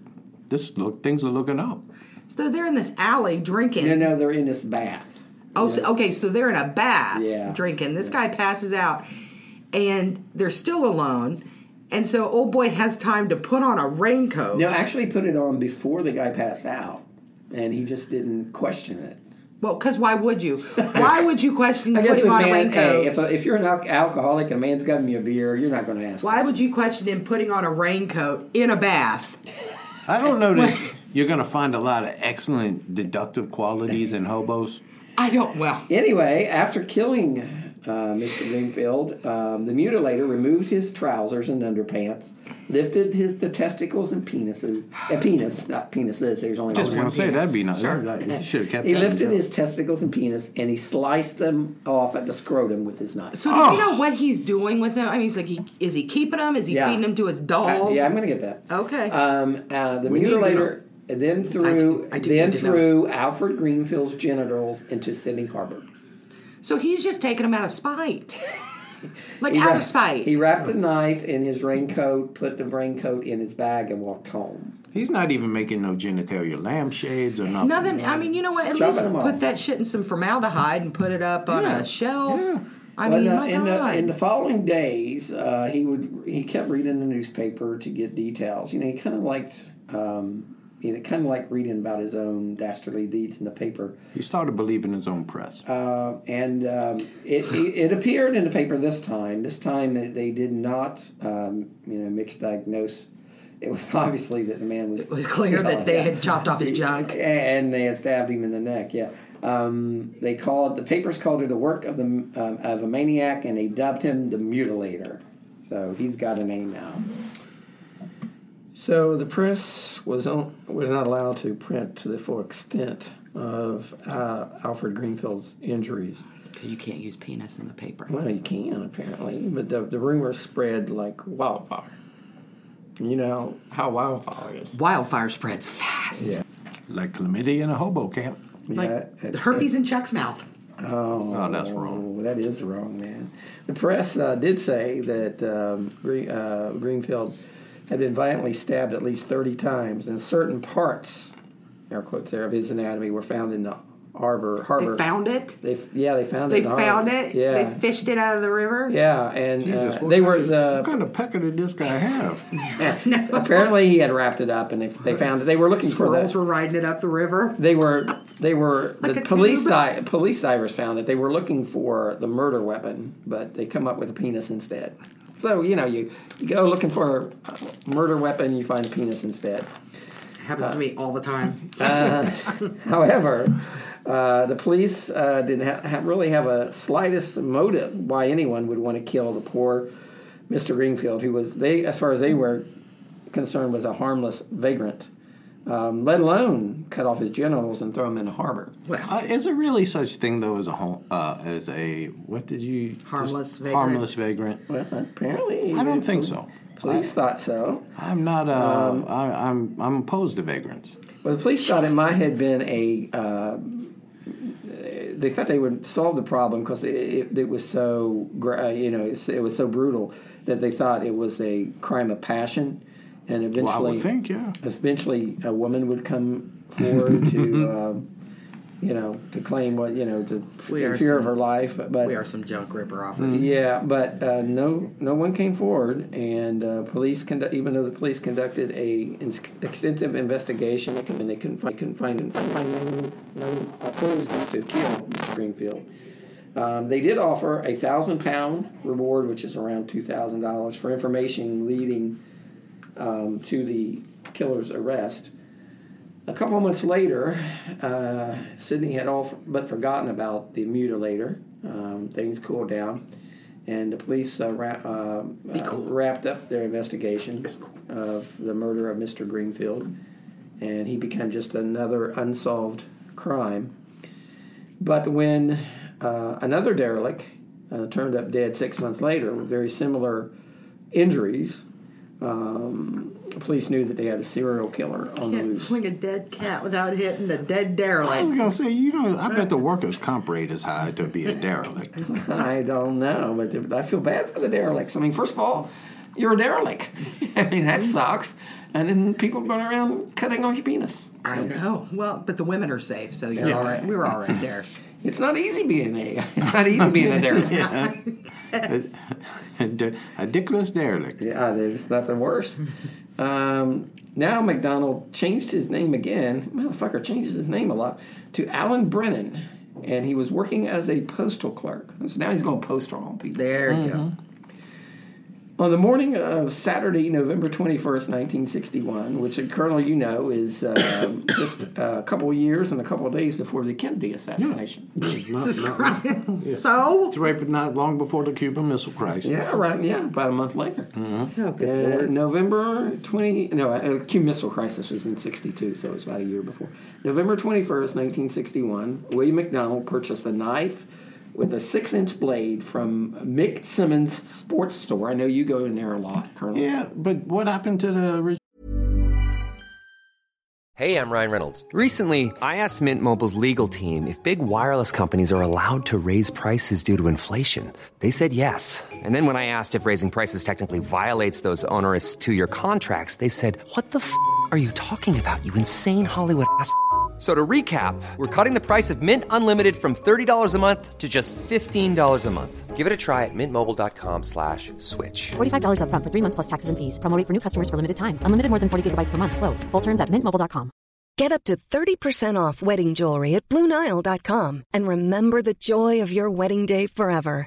Speaker 4: this look things are looking up.
Speaker 3: So they're in this alley drinking.
Speaker 1: No, no, they're in this bath.
Speaker 3: Oh, so, okay. So they're in a bath
Speaker 1: Yeah.
Speaker 3: drinking. This guy passes out, and they're still alone. And so old boy has time to put on a raincoat.
Speaker 1: No, actually, put it on before the guy passed out, and he just didn't question it.
Speaker 3: Well, because why
Speaker 1: (laughs)
Speaker 3: would you? Why would you question
Speaker 1: I guess
Speaker 3: putting
Speaker 1: a
Speaker 3: on a
Speaker 1: man, hey,
Speaker 3: raincoat?
Speaker 1: if, a, if you're an al- alcoholic and a man's giving you a beer, you're not going to ask.
Speaker 3: why would you question him putting on a raincoat in a bath?
Speaker 4: I don't know that you're going to find a lot of excellent deductive qualities in hobos.
Speaker 3: I don't. Well,
Speaker 1: Anyway, after killing uh, Mr. Greenfield, um, the mutilator removed his trousers and underpants, lifted his the testicles and penises, uh, penis, not penises. There's only
Speaker 4: I was going to say that'd be nice. Should have kept.
Speaker 1: He
Speaker 4: that
Speaker 1: lifted
Speaker 4: in.
Speaker 1: his testicles and penis, and he sliced them off at the scrotum with his knife. Uh,
Speaker 3: so do we know what he's doing with him? I mean, he's like, he, is he keeping him? Is he
Speaker 1: Oh. Yeah.
Speaker 3: feeding him to his
Speaker 1: Uh,
Speaker 3: dog?
Speaker 1: yeah, I'm going to get that.
Speaker 3: Okay.
Speaker 1: Um, uh, the
Speaker 4: need to
Speaker 1: mutilator then threw
Speaker 3: I do
Speaker 1: then
Speaker 3: need to know.
Speaker 1: threw Alfred Greenfield's genitals into Sydney Harbor.
Speaker 3: so he's just taking him out
Speaker 1: (laughs)
Speaker 3: of spite, like out of
Speaker 1: wrapped-
Speaker 3: spite.
Speaker 1: He wrapped the knife in his raincoat, put the raincoat in his bag, and walked home.
Speaker 4: He's not even making no genitalia lampshades or nothing.
Speaker 3: Nothing. I mean, you know what? At
Speaker 1: Chopping
Speaker 3: least
Speaker 1: them
Speaker 3: put
Speaker 1: off.
Speaker 3: that shit in some formaldehyde and put it up on
Speaker 4: Yeah.
Speaker 3: a shelf.
Speaker 4: Yeah.
Speaker 3: I
Speaker 1: But
Speaker 3: mean,
Speaker 1: uh,
Speaker 3: my
Speaker 1: in,
Speaker 3: God.
Speaker 1: the, in the following days, uh, he would he kept reading the newspaper to get details. You know, he kind of liked um, you know kind of like reading about his own dastardly deeds in the paper.
Speaker 4: He started believing his own press.
Speaker 1: Uh, and um, it, it appeared in the paper this time. This time they- they did not, um, you know, misdiagnose. It was (laughs) obviously that the man was. It
Speaker 3: was
Speaker 1: (laughs)
Speaker 3: clear that they had chopped off his junk.
Speaker 1: and they had stabbed him in the neck. Yeah, um, they called the papers called it a work of the um, of a maniac, and they dubbed him the mutilator. So he's got a name now. So the press was on, was not allowed to print to the full extent of uh, Alfred Greenfield's injuries.
Speaker 3: You can't use penis in the paper.
Speaker 1: Well, you can apparently, but the the rumor spread like wildfire. You know how wildfire is.
Speaker 3: Wildfire spreads fast.
Speaker 4: like chlamydia in a hobo camp.
Speaker 3: Like
Speaker 1: it's-
Speaker 3: herpes in Chuck's mouth.
Speaker 4: Oh, that's wrong.
Speaker 1: Oh, that is wrong, man. The press uh, did say that um, Green, uh, Greenfield had been violently stabbed at least 30 times, and certain parts, air quotes there, of his anatomy were found in the Arbor harbor.
Speaker 3: They found it.
Speaker 1: They f- yeah, they found it.
Speaker 3: They
Speaker 1: in the
Speaker 3: found
Speaker 1: harbor.
Speaker 3: it.
Speaker 1: Yeah.
Speaker 3: They fished it out of the river.
Speaker 1: yeah, and
Speaker 4: Jesus,
Speaker 1: uh,
Speaker 4: what
Speaker 1: they
Speaker 4: kind
Speaker 1: were
Speaker 4: of-
Speaker 1: the
Speaker 4: What kind of pecker did this guy
Speaker 1: (laughs)
Speaker 4: have?
Speaker 1: apparently he had wrapped it up, and they they found it. They were looking for that.
Speaker 3: Squirrels were riding it up
Speaker 1: (laughs)
Speaker 3: the river.
Speaker 1: they were they were
Speaker 3: Like
Speaker 1: the
Speaker 3: a
Speaker 1: police
Speaker 3: tube?
Speaker 1: di- police divers found that they were looking for the murder weapon, but they come up with a penis instead. So you know you, you go looking for a murder weapon, you find a penis instead. (laughs)
Speaker 3: happens to me all the time.
Speaker 1: However, uh, the police uh, didn't ha- ha- really have a slightest motive why anyone would want to kill the poor Mr. Greenfield, who was they as far as they were concerned was a harmless vagrant. Um, let alone cut off his genitals and throw him in the harbor.
Speaker 3: well,
Speaker 4: Uh, is there really such thing though as a home, uh, as a what did you
Speaker 3: Harmless
Speaker 4: just-
Speaker 3: vagrant.
Speaker 4: harmless vagrant?
Speaker 1: Well, apparently,
Speaker 4: I don't think so.
Speaker 1: Police thought so.
Speaker 4: I'm not. Uh,
Speaker 1: Um,
Speaker 4: I, I'm I'm opposed to vagrants.
Speaker 1: Well, the police thought it might have been a. Uh, they thought they would solve the problem because it, it, it was so, gra- uh, you know, it's- it was so brutal that they thought it was a crime of passion, and eventually,
Speaker 4: Well, I would think yeah.
Speaker 1: eventually, a woman would come forward
Speaker 4: (laughs)
Speaker 1: to, um, you know, to claim what you know, to
Speaker 3: We
Speaker 1: in
Speaker 3: are
Speaker 1: fear of
Speaker 3: some-
Speaker 1: her life. But
Speaker 3: we are some junk ripper
Speaker 1: Mm.
Speaker 3: offers.
Speaker 1: yeah, but uh, no, no one came forward, and uh, police condu- even though the police conducted a ins- extensive investigation, they couldn't, they couldn't, find, couldn't find, find no, no uh, clues as to kill Mr. Greenfield. Um, they did offer a thousand pound reward, which is around two thousand dollars, for information leading um, to the killer's arrest. A couple months later, uh, Sydney had all but forgotten about the mutilator. Um, things cooled down, and the police uh, ra- uh, uh, wrapped up their investigation of the murder of Mr. Greenfield, and he became just another unsolved crime. But when uh, another derelict uh, turned up dead six months later with very similar injuries, um, the police knew that they had a serial killer on the
Speaker 3: Can't
Speaker 1: loose.
Speaker 3: swing a dead cat without hitting a dead
Speaker 4: I was
Speaker 3: derelict.
Speaker 4: gonna say you know I bet the workers' comp rate is high to be a
Speaker 1: (laughs)
Speaker 4: derelict.
Speaker 1: I don't know, but th- I feel bad for the derelicts. I mean, first of all, you're a derelict. (laughs) I mean, that sucks. And then people run around cutting off your penis.
Speaker 3: I know. Well, but the women are safe, so you're
Speaker 1: Yeah.
Speaker 3: all right. We were all right there.
Speaker 1: It's not easy being a. (laughs) It's (laughs) not easy being a
Speaker 3: (laughs)
Speaker 1: derelict. yeah.
Speaker 4: (laughs) a de- a dickless derelict.
Speaker 1: there's nothing worse. Um, now McDonald changed his name again. Motherfucker changes his name a lot to Alan Brennan, and he was working as a postal clerk. So now he's going postal on people.
Speaker 3: There you go.
Speaker 1: Mm-hmm. On the morning of Saturday, November 21st, 1961, which, uh, Colonel, you know, is uh, just a couple of years and a couple of days before the Kennedy assassination.
Speaker 3: Jesus Christ. (laughs) So?
Speaker 4: It's right, but not long before the Cuban Missile Crisis.
Speaker 1: Yeah, right. Yeah, about a month later.
Speaker 3: Oh, good
Speaker 1: Uh,
Speaker 3: Lord.
Speaker 1: November 20, no, uh, Cuban Missile Crisis was in 62, so it was about a year before. November 21st, 1961, William McDonald purchased a knife with a six inch blade from Mick Simmons' sports store. I know you go in there a lot, Colonel.
Speaker 4: Yeah, but what happened to the original?
Speaker 5: Hey, I'm Ryan Reynolds. Recently, I asked Mint Mobile's legal team if big wireless companies are allowed to raise prices due to inflation. They said yes. And then when I asked if raising prices technically violates those onerous two year contracts, they said, What the f are you talking about, you insane Hollywood ass? f- So to recap, we're cutting the price of Mint Unlimited from $30 a month to just $15 a month. Give it a try at mintmobile.com slash switch.
Speaker 6: $45 upfront for three months plus taxes and fees. Promo rate for new customers for limited time. Unlimited more than 40 gigabytes per month. Slows. Full terms at mintmobile.com.
Speaker 7: Get up to 30% off wedding jewelry at BlueNile.com and remember the joy of your wedding day forever.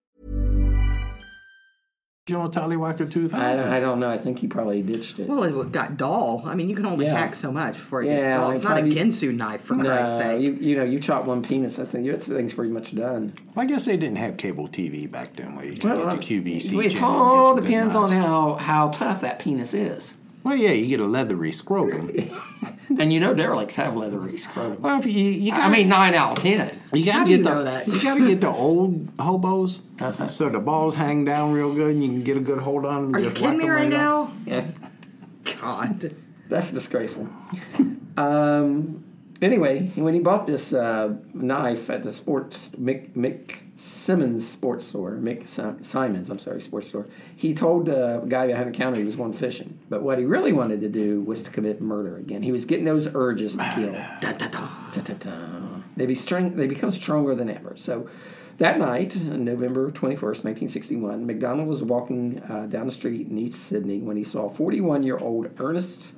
Speaker 4: General Tallywacker
Speaker 1: I,
Speaker 4: 2000.
Speaker 1: I don't know. I think he probably ditched it.
Speaker 3: Well, it got dull. I mean, you can only
Speaker 1: Yeah.
Speaker 3: hack so much before it
Speaker 1: Yeah,
Speaker 3: gets dull.
Speaker 1: it
Speaker 3: It's not a
Speaker 1: probably-
Speaker 3: Ginsu knife, for Christ's
Speaker 1: No,
Speaker 3: sake.
Speaker 1: you, you know, you chop one penis, I think your thing's pretty much done.
Speaker 4: Well, I guess they didn't have cable TV back then where you could
Speaker 3: uh,
Speaker 1: Well,
Speaker 4: get the QVC. channel and
Speaker 1: It
Speaker 4: get
Speaker 1: all
Speaker 4: some good
Speaker 1: depends on
Speaker 4: knives.
Speaker 1: how, how tough that penis is.
Speaker 4: Well, yeah, you get a leathery scrotum.
Speaker 1: And you know derelicts have leathery scrotums.
Speaker 4: Well, if you, you got
Speaker 1: I mean, nine out of ten.
Speaker 4: You gotta
Speaker 3: How do
Speaker 4: get
Speaker 3: you
Speaker 4: the
Speaker 3: know that?
Speaker 4: you gotta get the old hobos,
Speaker 1: Uh-huh.
Speaker 4: so the balls hang down real good, and you can get a good hold on them.
Speaker 3: Are you
Speaker 4: just whack
Speaker 3: kidding me
Speaker 4: 'em
Speaker 3: right
Speaker 4: off.
Speaker 3: now?
Speaker 1: Yeah,
Speaker 3: God.
Speaker 1: that's disgraceful. um, anyway, when he bought this uh, knife at the sports Mick, Mick Simmons sports store, Mick Sim- Simons, I'm sorry, sports store, he told uh, a guy behind the counter he was going fishing. But what he really wanted to do was to commit murder again. He was getting those urges to kill. Da, da, da. Da, da, da. They be strong, They become stronger than ever. So. That night, on November 21st, 1961, McDonald was walking uh, down the street in East Sydney when he saw 41 year old Ernest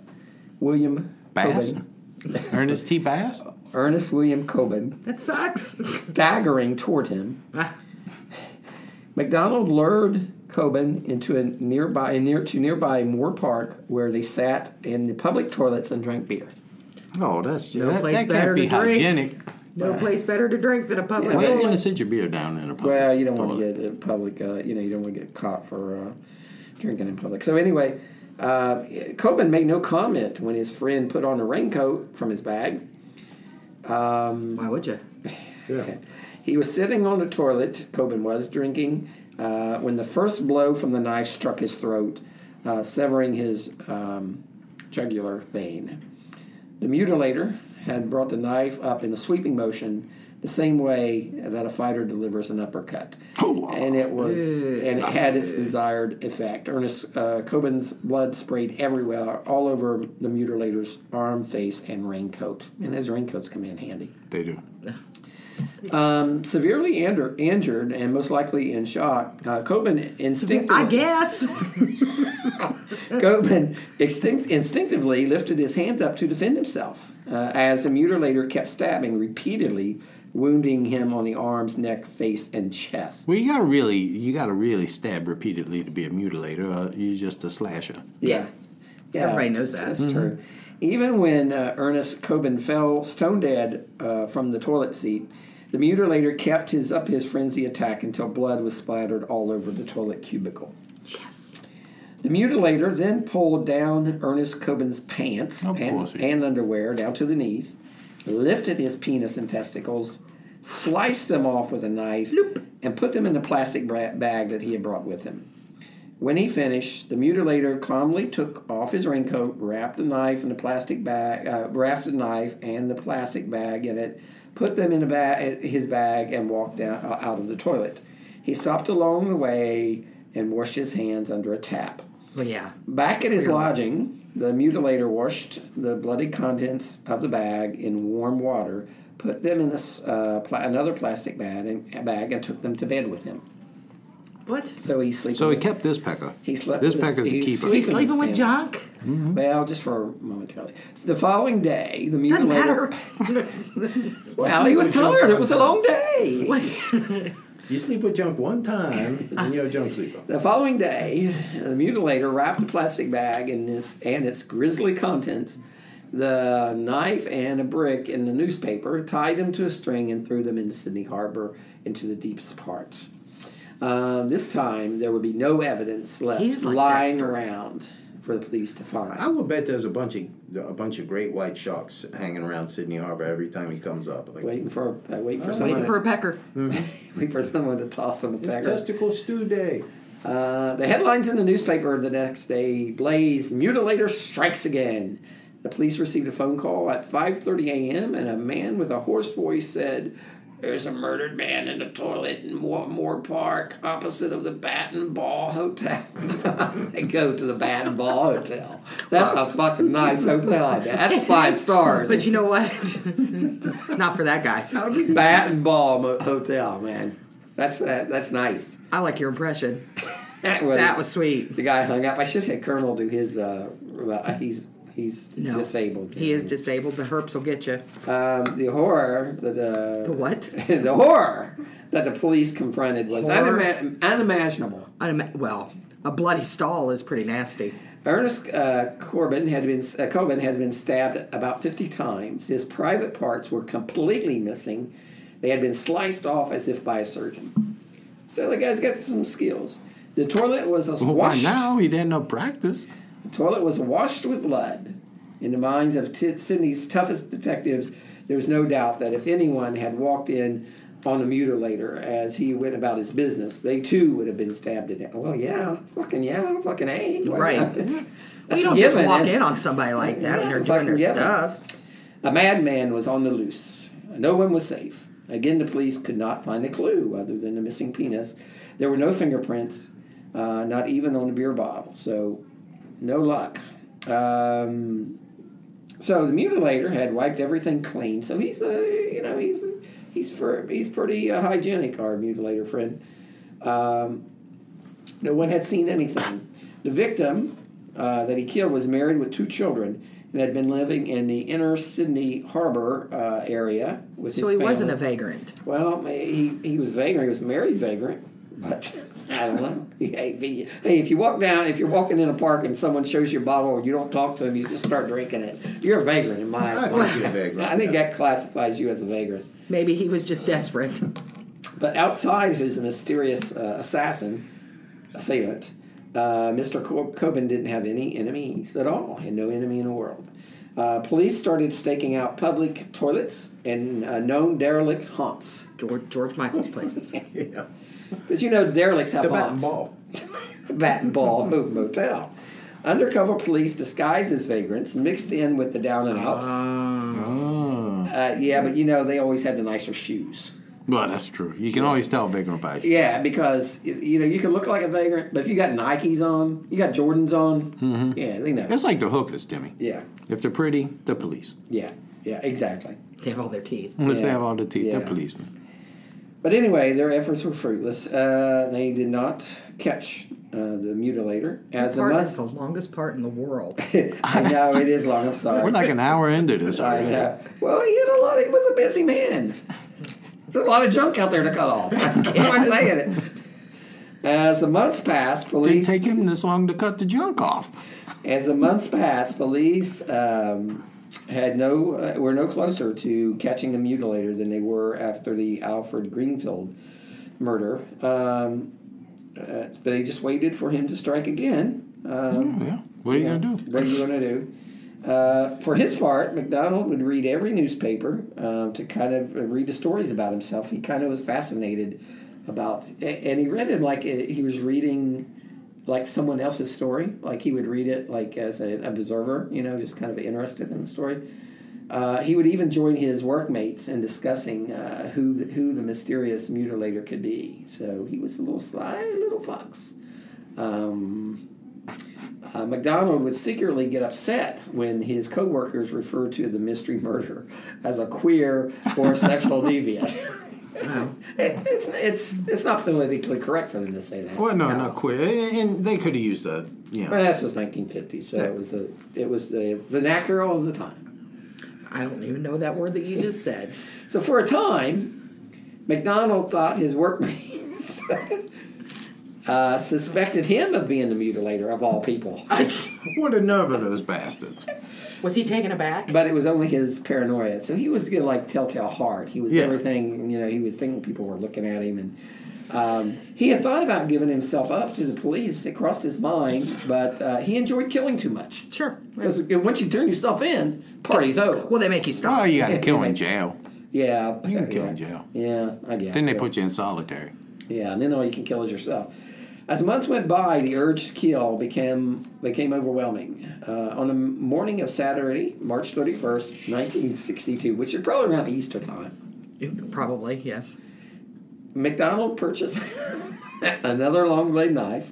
Speaker 1: William
Speaker 4: Bass?
Speaker 1: Coben-
Speaker 4: Ernest T. Bass.
Speaker 1: Ernest William Coben
Speaker 3: That
Speaker 1: (laughs)
Speaker 3: sucks. Ah,
Speaker 1: staggering toward him. McDonald lured Coben into a nearby near to nearby Moore Park where they sat in the public toilets and drank beer.
Speaker 4: Oh, that's
Speaker 3: No
Speaker 4: that,
Speaker 3: place
Speaker 4: that can't
Speaker 3: better
Speaker 4: be
Speaker 3: to drink.
Speaker 4: hygienic.
Speaker 3: no place better to drink than a public
Speaker 4: Why are you
Speaker 3: toilet.
Speaker 4: gonna sit your beer down in a
Speaker 2: Oh,
Speaker 4: public?
Speaker 1: Well, you don't want
Speaker 4: toilet?
Speaker 1: to get in public. Uh, you know, you don't want to get caught for uh, drinking in public. So anyway, uh, Coben made no comment when his friend put on a raincoat from his bag.
Speaker 3: Why would you?
Speaker 1: He was sitting on the toilet. Coben was drinking uh, when the first blow from the knife struck his throat, uh, severing his um, jugular vein. The mutilator had brought the knife up in a sweeping motion, the same way that a fighter delivers an uppercut, and it was and it had its desired effect. Ernest uh, Coben's blood sprayed everywhere, all over the mutilator's arm, face, and raincoat. And those raincoats come in handy
Speaker 4: They do.
Speaker 1: severely ander- injured and most likely in shock, uh, Coben instinctively,
Speaker 3: I guess.
Speaker 1: Coben extinct- instinctively lifted his hand up to defend himself uh, as the mutilator kept stabbing repeatedly, wounding him on the arms, neck, face, and chest.
Speaker 4: Well, you gotta really, you gotta really stab repeatedly to be a mutilator. Uh, you're just a slasher.
Speaker 1: Yeah. yeah.
Speaker 3: Everybody knows that.
Speaker 1: That's true.
Speaker 4: Mm-hmm.
Speaker 1: Even when uh, Ernest Coben fell stone dead uh, from the toilet seat, the mutilator kept his up his frenzy attack until blood was splattered all over the toilet cubicle. The mutilator then pulled down Ernest Coben's pants
Speaker 4: Of
Speaker 1: and,
Speaker 4: course he did.
Speaker 1: and underwear down to the knees, lifted his penis and testicles, sliced them off with a knife, and put them in the plastic bra- bag that he had brought with him. When he finished, the mutilator calmly took off his raincoat, wrapped the knife in the plastic bag, uh, wrapped the knife and the plastic bag in it, put them in a ba- his bag, and walked down, uh, out of the toilet. He stopped along the way and washed his hands under a tap.
Speaker 3: Well, yeah.
Speaker 1: Back at his lodging, the mutilator washed the bloody contents of the bag in warm water, put them in this, uh, pla- another plastic bag and, bag, and took them to bed with him.
Speaker 3: What?
Speaker 1: So he sleeping.
Speaker 4: So he kept this pecker.
Speaker 1: He slept
Speaker 4: This
Speaker 1: with his-
Speaker 4: pecker's a
Speaker 1: he
Speaker 4: keeper.
Speaker 1: sleep-
Speaker 3: He's sleeping with
Speaker 1: Yeah.
Speaker 3: junk?
Speaker 1: Well, just for momentarily. The following day, the
Speaker 3: Doesn't
Speaker 1: mutilator.
Speaker 3: matter.
Speaker 1: Well, he was tired. It was a long day.
Speaker 4: You sleep with junk one time, and you're a junk sleeper.
Speaker 1: The following day, the mutilator wrapped a plastic bag in this and its grisly contents, the knife and a brick in the newspaper, tied them to a string, and threw them into Sydney Harbor into the deepest part. Um, this time, there would be no evidence left
Speaker 3: He's like
Speaker 1: lying
Speaker 3: Dexter.
Speaker 1: around for the police to find.
Speaker 4: I would bet there's a bunch of a bunch of great white sharks hanging around Sydney Harbor every time he comes up. Like,
Speaker 1: Waiting for uh, waiting for someone
Speaker 3: Waiting
Speaker 1: to-
Speaker 3: for a pecker.
Speaker 1: (laughs) waiting for someone to toss them a
Speaker 4: it's
Speaker 1: pecker.
Speaker 4: testicle stew day.
Speaker 1: Uh, the headlines in the newspaper the next day: Blaze mutilator strikes again. The police received a phone call at 5:30 a.m. and a man with a hoarse voice said, "There's a murdered man in the toilet in Moore, Moore Park, opposite of the Bat and Ball Hotel." (laughs) they go to the Bat and Ball Hotel. That's a fucking nice hotel. I bet. That's five stars.
Speaker 3: But you
Speaker 1: (laughs)
Speaker 3: know what? Not for that guy.
Speaker 1: Bat and Ball Mo- Hotel, man. That's uh, that's nice.
Speaker 3: I like your impression.
Speaker 1: That was,
Speaker 3: That was sweet.
Speaker 1: The guy hung up. I should have Colonel do his. Uh, uh, he's he's
Speaker 3: No.
Speaker 1: disabled.
Speaker 3: He is disabled. The herps will get you.
Speaker 1: Um, the horror. The the,
Speaker 3: The what?
Speaker 1: (laughs) the horror that the police confronted was
Speaker 3: Horror?
Speaker 1: unima- unimaginable.
Speaker 3: Unima- well, a bloody stall is pretty nasty.
Speaker 1: Ernest uh, Corbin had been uh, Coben had been stabbed about fifty times. His private parts were completely missing. They had been sliced off as if by a surgeon. So the guy's got some skills. The toilet was
Speaker 4: Well, why
Speaker 1: washed.
Speaker 4: now? He didn't know practice.
Speaker 1: toilet was washed with blood. In the minds of T- Sydney's toughest detectives, there's no doubt that if anyone had walked in on the mutilator as he went about his business, they too would have been stabbed to death. Well, yeah, fucking yeah, fucking a. Why
Speaker 3: Right.
Speaker 1: not? (laughs) It's- that's
Speaker 3: we
Speaker 1: a
Speaker 3: don't just
Speaker 1: given.
Speaker 3: walk
Speaker 1: And-
Speaker 3: in on somebody like that
Speaker 1: Yeah,
Speaker 3: when they're
Speaker 1: it's a
Speaker 3: doing their
Speaker 1: fucking given.
Speaker 3: stuff.
Speaker 1: A madman was on the loose. No one was safe. Again, the police could not find a clue other than the missing penis. There were no fingerprints, uh, not even on the beer bottle. So, no luck. Um, so the mutilator had wiped everything clean. So he's a, you know, he's he's for, he's pretty uh, hygienic. Our mutilator friend. Um, no one had seen anything. The victim uh, that he killed was married with two children and had been living in the inner Sydney Harbor uh, area with his
Speaker 3: So he wasn't a
Speaker 1: family.
Speaker 3: vagrant.
Speaker 1: Well, he, he was vagrant. He was married vagrant, but I don't know. Hey, if you- hey, if you walk down, if you're walking in a park and someone shows you a bottle and you don't talk to them, you just start drinking it. You're a vagrant in my.
Speaker 2: I think you're a vagrant,
Speaker 1: I think that classifies you as a vagrant.
Speaker 3: Maybe he was just desperate.
Speaker 1: But outside of his mysterious uh, assassin, assailant, uh, Mr. Co- Coben didn't have any enemies at all. He had no enemy in the world. Uh, police started staking out public toilets and uh, known derelict haunts.
Speaker 3: George, George Michael's places.
Speaker 1: Because you know derelicts have
Speaker 2: The bat and
Speaker 1: haunts.
Speaker 2: ball.
Speaker 1: Bat and Ball Hoop Motel. Undercover police disguised as vagrants, mixed in with the down and outs. Uh, yeah, but you know, they always had the nicer shoes.
Speaker 4: Well, that's true. You can always tell bigger by shoes.
Speaker 1: Yeah, because, y- you know, you can look like a vagrant, but if you got Nikes on, you got Jordans on, yeah, they know.
Speaker 4: It's like the hookers, Demi.
Speaker 1: Yeah,
Speaker 4: If they're pretty, they're police.
Speaker 1: yeah, yeah, exactly.
Speaker 3: They have all their teeth.
Speaker 4: And if
Speaker 1: Yeah.
Speaker 4: they have all the teeth,
Speaker 1: Yeah.
Speaker 4: they're policemen.
Speaker 1: But anyway, their efforts were fruitless. Uh, they did not catch uh, the mutilator. As a
Speaker 3: Part is
Speaker 1: must.
Speaker 3: the longest part in the world.
Speaker 1: I know, it is long, I'm sorry.
Speaker 4: We're like an hour into this.
Speaker 1: I
Speaker 4: already.
Speaker 1: know. Well, he had a lot. Of, he was a busy man. There's a lot of junk out there to cut off. I'm saying it. As the months passed,
Speaker 4: Didn't
Speaker 1: police.
Speaker 4: take him this long to cut the junk off.
Speaker 1: as the months passed, police um, had no uh, were no closer to catching the mutilator than they were after the Alfred Greenfield murder. Um, uh, they just waited for him to strike again. Um,
Speaker 4: Yeah. What are you gonna do?
Speaker 1: What are you going to do? Uh, for his part, McDonald would read every newspaper um, to kind of read the stories about himself. He kind of was fascinated about, a- and he read it like uh, he was reading like someone else's story. Like he would read it like as an observer, you know, just kind of interested in the story. Uh, he would even join his workmates in discussing uh, who the, who the mysterious mutilator could be. So he was a little sly little fox. Um, uh, McDonald would secretly get upset when his coworkers referred to the mystery murderer as a queer or sexual deviant. it's, it's, it's, it's not politically correct for them to say that.
Speaker 4: Well, no, not queer. And- And they could have used a, you
Speaker 1: Well,
Speaker 4: know.
Speaker 1: this was 1950, so it was the it was the vernacular of the time.
Speaker 3: I don't even know that word that you just said.
Speaker 1: So for a time, McDonald thought his workmates (laughs) uh, suspected him of being the mutilator of all
Speaker 3: (laughs)
Speaker 1: people.
Speaker 4: What a nerve of those bastards.
Speaker 3: Was he taken aback?
Speaker 1: (laughs) But it was only his paranoia. So he was getting like telltale hard. He was
Speaker 4: Yeah.
Speaker 1: everything, you know, he was thinking people were looking at him. And um, he had thought about giving himself up to the police. It crossed his mind, but uh, he enjoyed killing too much.
Speaker 3: Sure.
Speaker 1: Because once you turn yourself in, party's over.
Speaker 3: Well, they make you stop.
Speaker 4: Oh, you got to kill in jail.
Speaker 1: Yeah.
Speaker 4: You can kill
Speaker 1: yeah.
Speaker 4: in jail.
Speaker 1: Yeah, I guess.
Speaker 4: Then they
Speaker 1: yeah.
Speaker 4: put you in solitary.
Speaker 1: Yeah, and then all you can kill is yourself. As months went by, the urge to kill became became overwhelming. Uh, on the morning of Saturday, March thirty first, nineteen sixty two, which is probably around Easter time,
Speaker 3: Probably, yes.
Speaker 1: McDonald purchased (laughs) another long blade knife,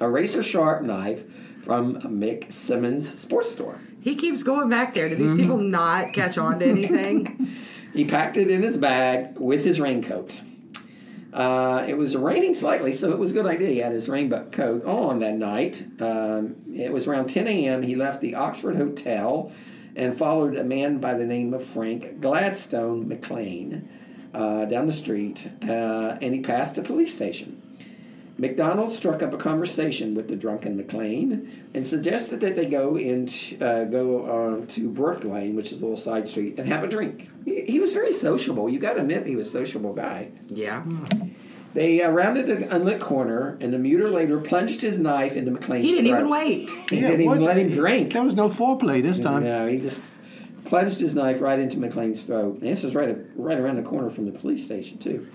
Speaker 1: a razor sharp knife from Mick Simmons' sports store.
Speaker 3: He keeps going back there. Do these people not catch on to anything?
Speaker 1: He packed it in his bag with his raincoat. Uh, it was raining slightly, so it was a good idea. He had his raincoat on that night. Um, it was around 10 a.m. He left the Oxford Hotel and followed a man by the name of Frank Gladstone McLean uh, down the street, uh, and he passed a police station. McDonald struck up a conversation with the drunken McLean and suggested that they go and uh, go um, to Brook Lane, which is a little side street, and have a drink. He, he was very sociable. You got to admit, he was a sociable guy.
Speaker 3: yeah.
Speaker 1: They uh, rounded an unlit corner, and the mutilator plunged his knife into McLean's
Speaker 3: He didn't even
Speaker 1: throat.
Speaker 3: wait.
Speaker 1: He didn't even
Speaker 4: what
Speaker 1: let
Speaker 4: the-
Speaker 1: him drink.
Speaker 4: There was no foreplay this time.
Speaker 1: No, he just plunged his knife right into McLean's throat. And this was right right around the corner from the police station too.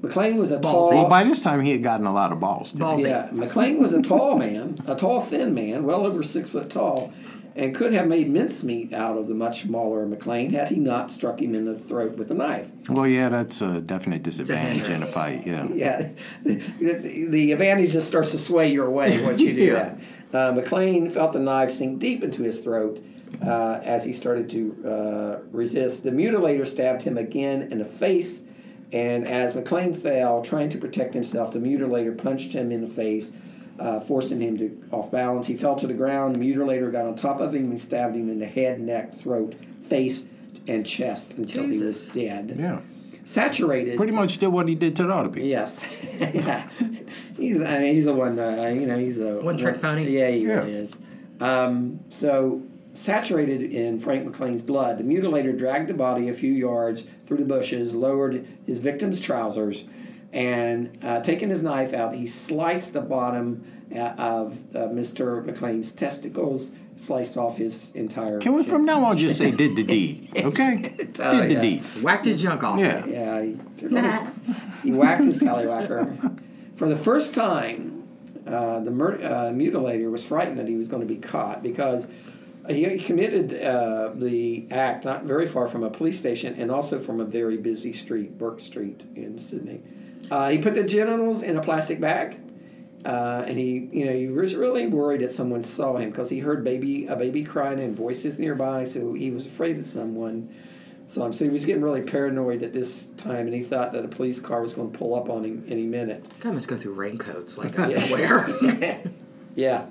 Speaker 1: McLean was a tall.
Speaker 4: Well, by this time he had gotten a lot of balls. didn't he?
Speaker 3: Ballsy.
Speaker 1: Yeah, McLean was a tall man, a tall, thin man, well over six foot tall, and could have made mincemeat out of the much smaller McLean had he not struck him in the throat with a knife.
Speaker 4: Well, yeah, that's a definite disadvantage in a fight. Yeah.
Speaker 1: Yeah, the, the, the advantage just starts to sway your way once you do that. Uh, McLean felt the knife sink deep into his throat uh, as he started to uh, resist. The mutilator stabbed him again in the face, and as McLean fell, trying to protect himself, the mutilator punched him in the face, uh, forcing him to off balance. He fell to the ground. The mutilator got on top of him and stabbed him in the head, neck, throat, face, and chest until he was dead.
Speaker 4: Yeah.
Speaker 1: Saturated.
Speaker 4: Pretty much did what he did to the other people.
Speaker 1: (laughs) Yes.
Speaker 3: (laughs)
Speaker 1: yeah. He's I mean, he's a one uh, you know he's a
Speaker 3: One trick pony.
Speaker 1: Yeah, he
Speaker 4: Yeah.
Speaker 1: really is. Um, so saturated in Frank McLean's blood, the mutilator dragged the body a few yards through the bushes, lowered his victim's trousers, and uh, taking his knife out, he sliced the bottom uh, of uh, Mr. McLean's testicles, sliced off his entire.
Speaker 4: Can we from now on just say did the deed? Okay? did
Speaker 1: Oh,
Speaker 4: the
Speaker 1: yeah.
Speaker 4: deed.
Speaker 3: Whacked his junk off.
Speaker 4: Yeah.
Speaker 1: Yeah, he, took all his- he whacked his tallywhacker. For the first time, uh, the mur- uh, mutilator was frightened that he was going to be caught because he he committed uh, the act not very far from a police station and also from a very busy street, Burke Street in Sydney. Uh, he put the genitals in a plastic bag. Uh, and he, you know, he was really worried that someone saw him because he heard baby a baby crying and voices nearby, so he was afraid that someone saw him. So he was getting really paranoid at this time, and he thought that a police car was going to pull up on him any minute.
Speaker 3: God must go through raincoats like I don't wear.
Speaker 1: Yeah,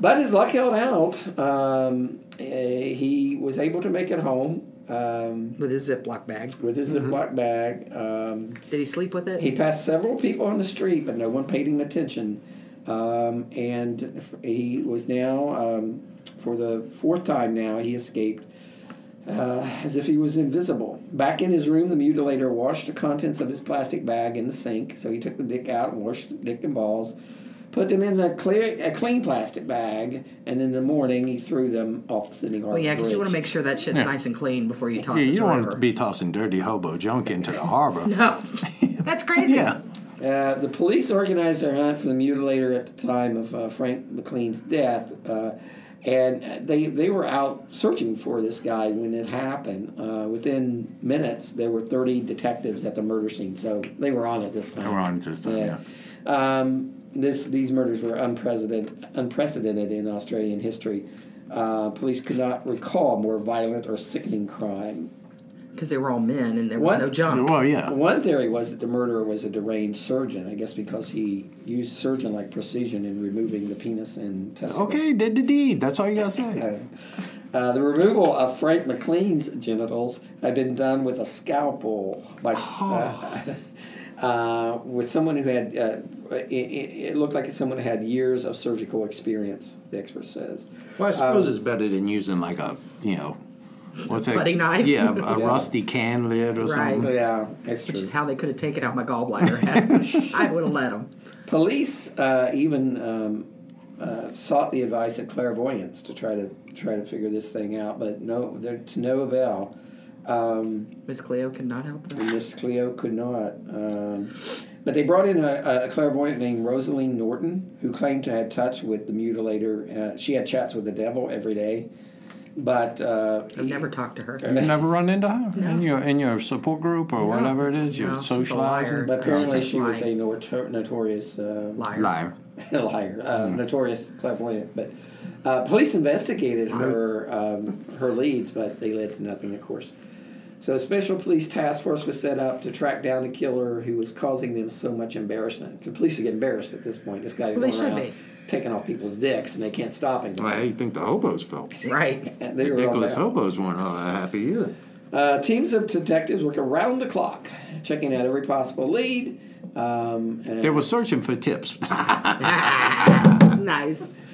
Speaker 1: but his luck held out. Um, eh, he was able to make it home um,
Speaker 3: (laughs) with his Ziploc bag.
Speaker 1: with his Ziploc bag. Um,
Speaker 3: Did he sleep with it?
Speaker 1: He passed several people on the street, but no one paid him attention. Um, and he was now, um, for the fourth time now, he escaped uh, as if he was invisible. Back in his room, the mutilator washed the contents of his plastic bag in the sink. So he took the dick out, washed the dick and balls, put them in a, clear, a clean plastic bag, and in the morning he threw them off the Sydney Harbor
Speaker 3: well, Oh, yeah, because you want to
Speaker 1: Bridge.
Speaker 3: make sure that shit's nice and clean before you toss
Speaker 4: Yeah,
Speaker 3: it.
Speaker 4: you don't want to
Speaker 3: forever.
Speaker 4: be tossing dirty hobo junk into the harbor.
Speaker 3: (laughs) No, that's crazy.
Speaker 4: Yeah.
Speaker 1: Uh, the police organized their hunt for the mutilator at the time of uh, Frank McLean's death, uh, and they they were out searching for this guy when it happened. Uh, within minutes, there were thirty detectives at the murder scene, so they were on it this time.
Speaker 4: We're on just yeah. yeah.
Speaker 1: Um, this these murders were unprecedented unprecedented in Australian history. Uh, police could not recall more violent or sickening crime.
Speaker 3: Because they were all men and there was
Speaker 1: What?
Speaker 3: no junk.
Speaker 4: Well, yeah.
Speaker 1: One theory was that the murderer was a deranged surgeon, I guess because he used surgeon like precision in removing the penis and testicles.
Speaker 4: Okay, did the deed. That's all you gotta say.
Speaker 1: Uh, the removal of Frank McLean's genitals had been done with a scalpel by uh, (laughs) uh, with someone who had uh, it, it, it looked like someone who had years of surgical experience. The expert says.
Speaker 4: Well, I suppose it's better than using like a you know what's that?
Speaker 3: Putty knife?
Speaker 4: Yeah, a rusty can lid or
Speaker 3: Right.
Speaker 2: Hmm.
Speaker 4: something.
Speaker 1: Yeah, that's
Speaker 3: Which
Speaker 1: true.
Speaker 3: is how they could have taken out my gallbladder. had I would have let them.
Speaker 1: Police uh, even um, uh, sought the advice of clairvoyants to try to try to figure this thing out, but no, they're to no avail.
Speaker 3: Miss Cleo could not help them.
Speaker 1: Miss Cleo could not. Um, but they brought in a, a clairvoyant named Rosaline Norton, who claimed to have touch with the mutilator. Uh, she had chats with the devil every day, but uh,
Speaker 3: I've never talked to her.
Speaker 4: You never run into her in your in your support group or whatever it is. You're
Speaker 3: No, she's a
Speaker 4: socializing.
Speaker 3: liar.
Speaker 1: but apparently
Speaker 3: She's
Speaker 1: she was a
Speaker 3: lying.
Speaker 1: notor- notorious uh,
Speaker 3: Liar.
Speaker 4: Liar.
Speaker 1: liar, uh,
Speaker 3: Mm-hmm.
Speaker 1: notorious clairvoyant. But uh, police investigated her um, her leads, but they led to nothing, of course. So a special police task force was set up to track down the killer who was causing them so much embarrassment. The police would get embarrassed at this point. This guy's
Speaker 3: Well, they
Speaker 1: going
Speaker 3: should
Speaker 1: around
Speaker 3: be.
Speaker 1: taking off people's dicks, and they can't stop him.
Speaker 4: Well, how do you think the hobos felt?
Speaker 3: Right.
Speaker 1: And they were all
Speaker 4: Ridiculous
Speaker 1: bad.
Speaker 3: Oh.
Speaker 4: hobos weren't all that happy either.
Speaker 1: Uh, teams of detectives work around the clock, checking out every possible lead. Um, and-
Speaker 4: They were searching for tips. (laughs)
Speaker 3: Nice. (laughs)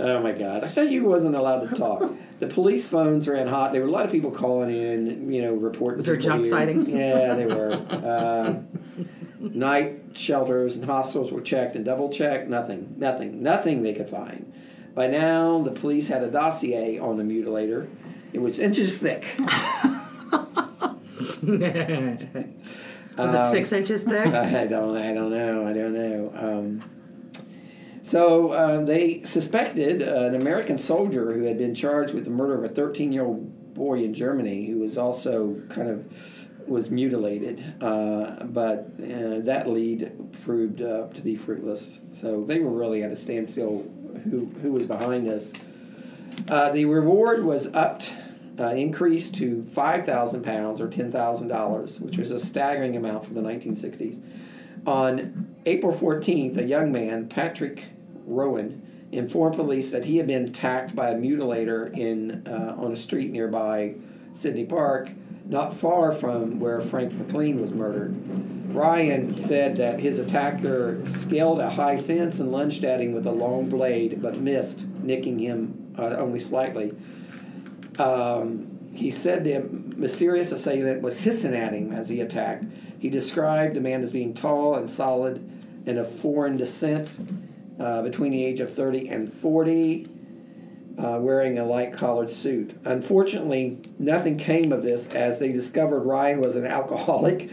Speaker 1: Oh my God! I thought you wasn't allowed to talk. The police phones ran hot. There were a lot of people calling in, you know, reporting.
Speaker 3: Was there
Speaker 1: people
Speaker 3: junk
Speaker 1: who-
Speaker 3: sightings?
Speaker 1: Yeah, they were. Uh, night shelters and hostels were checked and double checked. Nothing, nothing, nothing they could find. By now, the police had a dossier on the mutilator. It was inches thick.
Speaker 3: Was it six inches
Speaker 1: (laughs)
Speaker 3: thick?
Speaker 1: I don't, I don't know, I don't know. Um, so uh, they suspected uh, an American soldier who had been charged with the murder of a 13-year-old boy in Germany, who was also kind of was mutilated. Uh, but uh, that lead proved uh, to be fruitless. So they were really at a standstill. Who who was behind this? Uh, the reward was upped, uh, increased to five thousand pounds or ten thousand dollars, which was a staggering amount for the nineteen sixties. On April fourteenth, a young man, Patrick Rowan, informed police that he had been attacked by a mutilator in uh, on a street nearby Sydney Park, not far from where Frank McLean was murdered. Ryan said that his attacker scaled a high fence and lunged at him with a long blade, but missed, nicking him uh, only slightly. Um, he said the mysterious assailant was hissing at him as he attacked. He described the man as being tall and solid and of foreign descent, uh, between the age of 30 and 40, uh, wearing a light collared suit. Unfortunately, nothing came of this as they discovered Ryan was an
Speaker 3: (laughs)
Speaker 1: alcoholic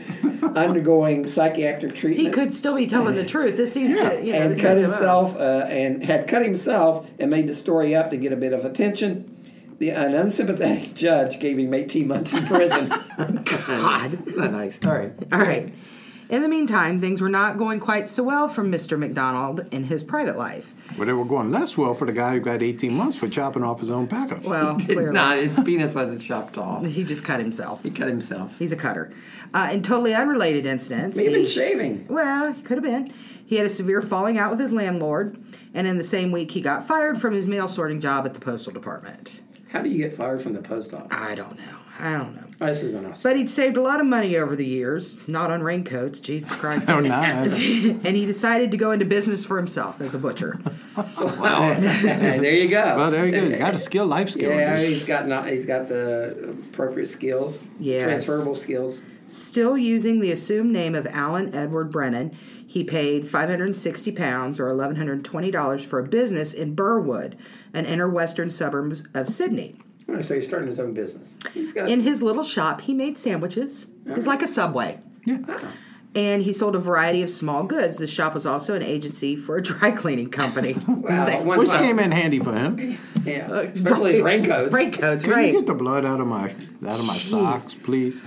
Speaker 1: undergoing psychiatric treatment
Speaker 3: He could still be
Speaker 1: (laughs)
Speaker 3: telling the truth. This seems to, you know,
Speaker 1: and
Speaker 3: this
Speaker 1: cut
Speaker 3: seems to-
Speaker 1: himself uh, and had cut himself and made the story up to get a bit of attention. The, an unsympathetic judge gave him 18 months in prison.
Speaker 8: (laughs)
Speaker 3: God.
Speaker 1: That's not nice. All right.
Speaker 3: All right. In the meantime, things were not going quite so well for Mr. McDonald in his private life.
Speaker 4: Well, they were going less well for the guy who got 18 months for chopping off his own packer.
Speaker 3: Well, (laughs) clearly,
Speaker 8: Oh, (laughs) Nah, his penis wasn't chopped off.
Speaker 3: he just cut himself.
Speaker 8: He cut himself.
Speaker 3: He's a cutter. Uh, in totally unrelated incidents,
Speaker 1: Maybe
Speaker 3: he-
Speaker 1: shaving.
Speaker 3: Well, he could have been. He had a severe falling out with his landlord, and in the same week, he got fired from his mail sorting job at the postal department.
Speaker 1: How do you get fired from the post office?
Speaker 3: I don't know. I don't know.
Speaker 1: Oh, this is an awesome.
Speaker 3: But he'd saved a lot of money over the years, not on raincoats, Jesus Christ.
Speaker 4: (laughs) Oh, nah.
Speaker 3: (laughs) and he decided to go into business for himself as a butcher.
Speaker 1: there you go.
Speaker 4: Well, there he goes.
Speaker 3: (laughs)
Speaker 4: Got a skill, life skill.
Speaker 1: yeah, he's got not, he's got the appropriate skills.
Speaker 3: Yes.
Speaker 1: Transferable skills.
Speaker 3: Still using the assumed name of Alan Edward Brennan, he paid 560 pounds or $1,120 for a business in Burwood, an inner western suburb of Sydney.
Speaker 1: All right, So he's starting his own business. He's got
Speaker 3: In his little shop, he made sandwiches. It was like a subway. Ah.
Speaker 4: Yeah.
Speaker 3: And he sold a variety of small goods. The shop was also an agency for a dry cleaning company. (laughs)
Speaker 1: wow, one
Speaker 4: Which
Speaker 1: time-
Speaker 4: came in handy for him. Can
Speaker 1: yeah, especially his raincoats. (laughs)
Speaker 3: (laughs) Raincoats,
Speaker 4: you
Speaker 3: right.
Speaker 4: get the blood out of my out of my socks, please?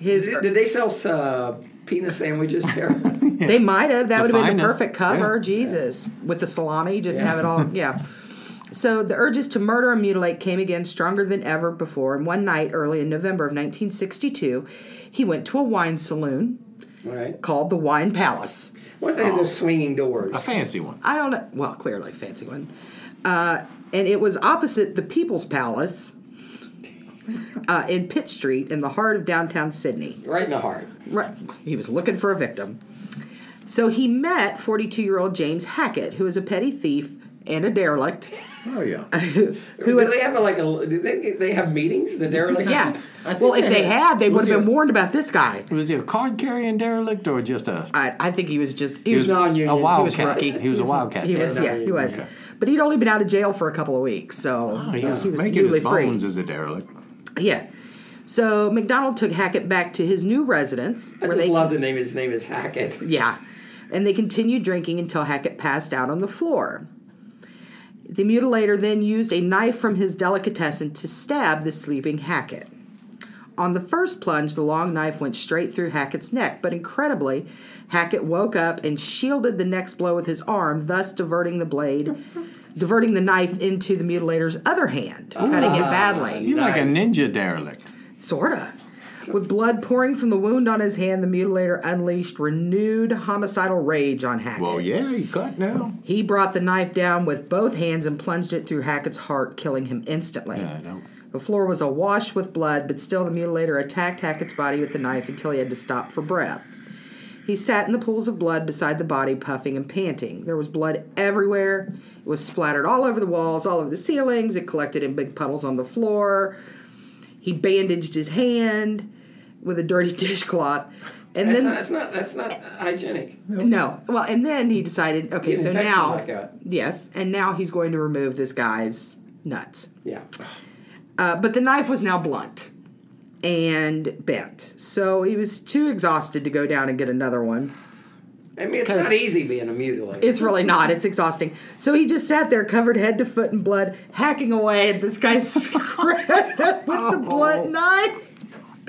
Speaker 3: His,
Speaker 1: Did they sell uh, penis sandwiches there? (laughs)
Speaker 3: They might have. That
Speaker 4: The
Speaker 3: would have been the
Speaker 4: finest.
Speaker 3: perfect cover.
Speaker 4: Yeah.
Speaker 3: Jesus. With the salami, just have
Speaker 4: (laughs)
Speaker 3: it all. Yeah. So the urges to murder and mutilate came again stronger than ever before. And one night early in November of 1962, he went to a wine saloon
Speaker 1: All right.
Speaker 3: called the Wine Palace.
Speaker 1: What if they had those swinging doors?
Speaker 4: A fancy one.
Speaker 3: I don't know. Well, clearly, fancy one. Uh, and it was opposite the People's Palace uh, in Pitt Street in the heart of downtown Sydney.
Speaker 1: Right in the heart.
Speaker 3: Right. He was looking for a victim. So he met 42 year old James Hackett, who is a petty thief and
Speaker 4: (laughs)
Speaker 3: a derelict.
Speaker 4: Oh yeah.
Speaker 1: do they have like a? Do they, they have meetings? The derelict. (laughs)
Speaker 3: Yeah. (laughs) Well, if they had, they would have been warned about this guy.
Speaker 4: Was he a card carrying derelict or just a?
Speaker 3: I, I think he was just. He,
Speaker 1: was non-union.
Speaker 4: A
Speaker 1: He was
Speaker 4: wildcat.
Speaker 3: rookie.
Speaker 4: He was a wildcat.
Speaker 3: He was,
Speaker 1: Yeah,
Speaker 3: yeah, he was. But he'd only been out of jail for a couple of weeks, so
Speaker 4: Oh, he was
Speaker 3: he was
Speaker 4: making
Speaker 3: newly
Speaker 4: his
Speaker 3: free.
Speaker 4: bones as a derelict.
Speaker 3: Yeah. So McDonald took Hackett back to his new residence.
Speaker 1: I just love the name. His name is Hackett.
Speaker 3: Yeah. And they continued drinking until Hackett passed out on the floor. The mutilator then used a knife from his delicatessen to stab the sleeping Hackett. On the first plunge, the long knife went straight through Hackett's neck, but incredibly, Hackett woke up and shielded the next blow with his arm, thus diverting the blade, diverting the knife into the mutilator's other hand, cutting it badly.
Speaker 4: He's like a ninja derelict.
Speaker 3: Sorta. With blood pouring from the wound on his hand, the mutilator unleashed renewed homicidal rage on Hackett.
Speaker 4: Well, yeah, he cut now.
Speaker 3: He brought the knife down with both hands and plunged it through Hackett's heart, killing him instantly.
Speaker 4: Yeah, I don't.
Speaker 3: The floor was awash with blood, but still the mutilator attacked Hackett's body with the knife until he had to stop for breath. He sat in the pools of blood beside the body, puffing and panting. There was blood everywhere. It was splattered all over the walls, all over the ceilings. It collected in big puddles on the floor. He bandaged his hand with a dirty (laughs) dishcloth And
Speaker 1: that's
Speaker 3: then
Speaker 1: not, that's not that's not hygienic.
Speaker 3: No. Well, and then he decided, okay,
Speaker 1: Get an
Speaker 3: so
Speaker 1: infection
Speaker 3: now
Speaker 1: like that.
Speaker 3: yes, and now he's going to remove this guy's nuts.
Speaker 1: Yeah.
Speaker 3: Uh, but the knife was now blunt and bent, so he was too exhausted to go down and get another one.
Speaker 1: I mean, it's not easy being a mutilator.
Speaker 3: It's really not. It's exhausting. So he just sat there, covered head to foot in blood, hacking away at this
Speaker 1: (laughs)
Speaker 3: guy's scrap with the
Speaker 1: Oh.
Speaker 3: blunt knife.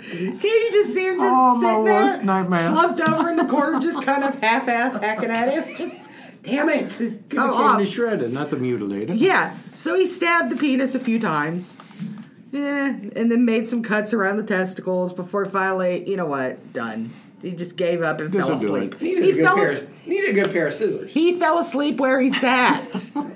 Speaker 3: Can you just see him just
Speaker 4: Oh, my
Speaker 3: sitting there,
Speaker 4: worst nightmare.
Speaker 3: slumped over in the corner, just kind of half-ass hacking at him? Just, damn it!
Speaker 4: He became
Speaker 3: Come on.
Speaker 4: the shredder, not the mutilator.
Speaker 3: Oh, Yeah. So he stabbed the penis a few times. Yeah, and then made some cuts around the testicles before finally, you know what? Done. He just gave up and fell
Speaker 4: This'll do
Speaker 3: asleep.
Speaker 4: it.
Speaker 1: needed
Speaker 3: He
Speaker 1: a good
Speaker 3: fell
Speaker 1: pair.
Speaker 3: as-
Speaker 1: Of, needed a good pair of scissors.
Speaker 3: He fell asleep where he sat.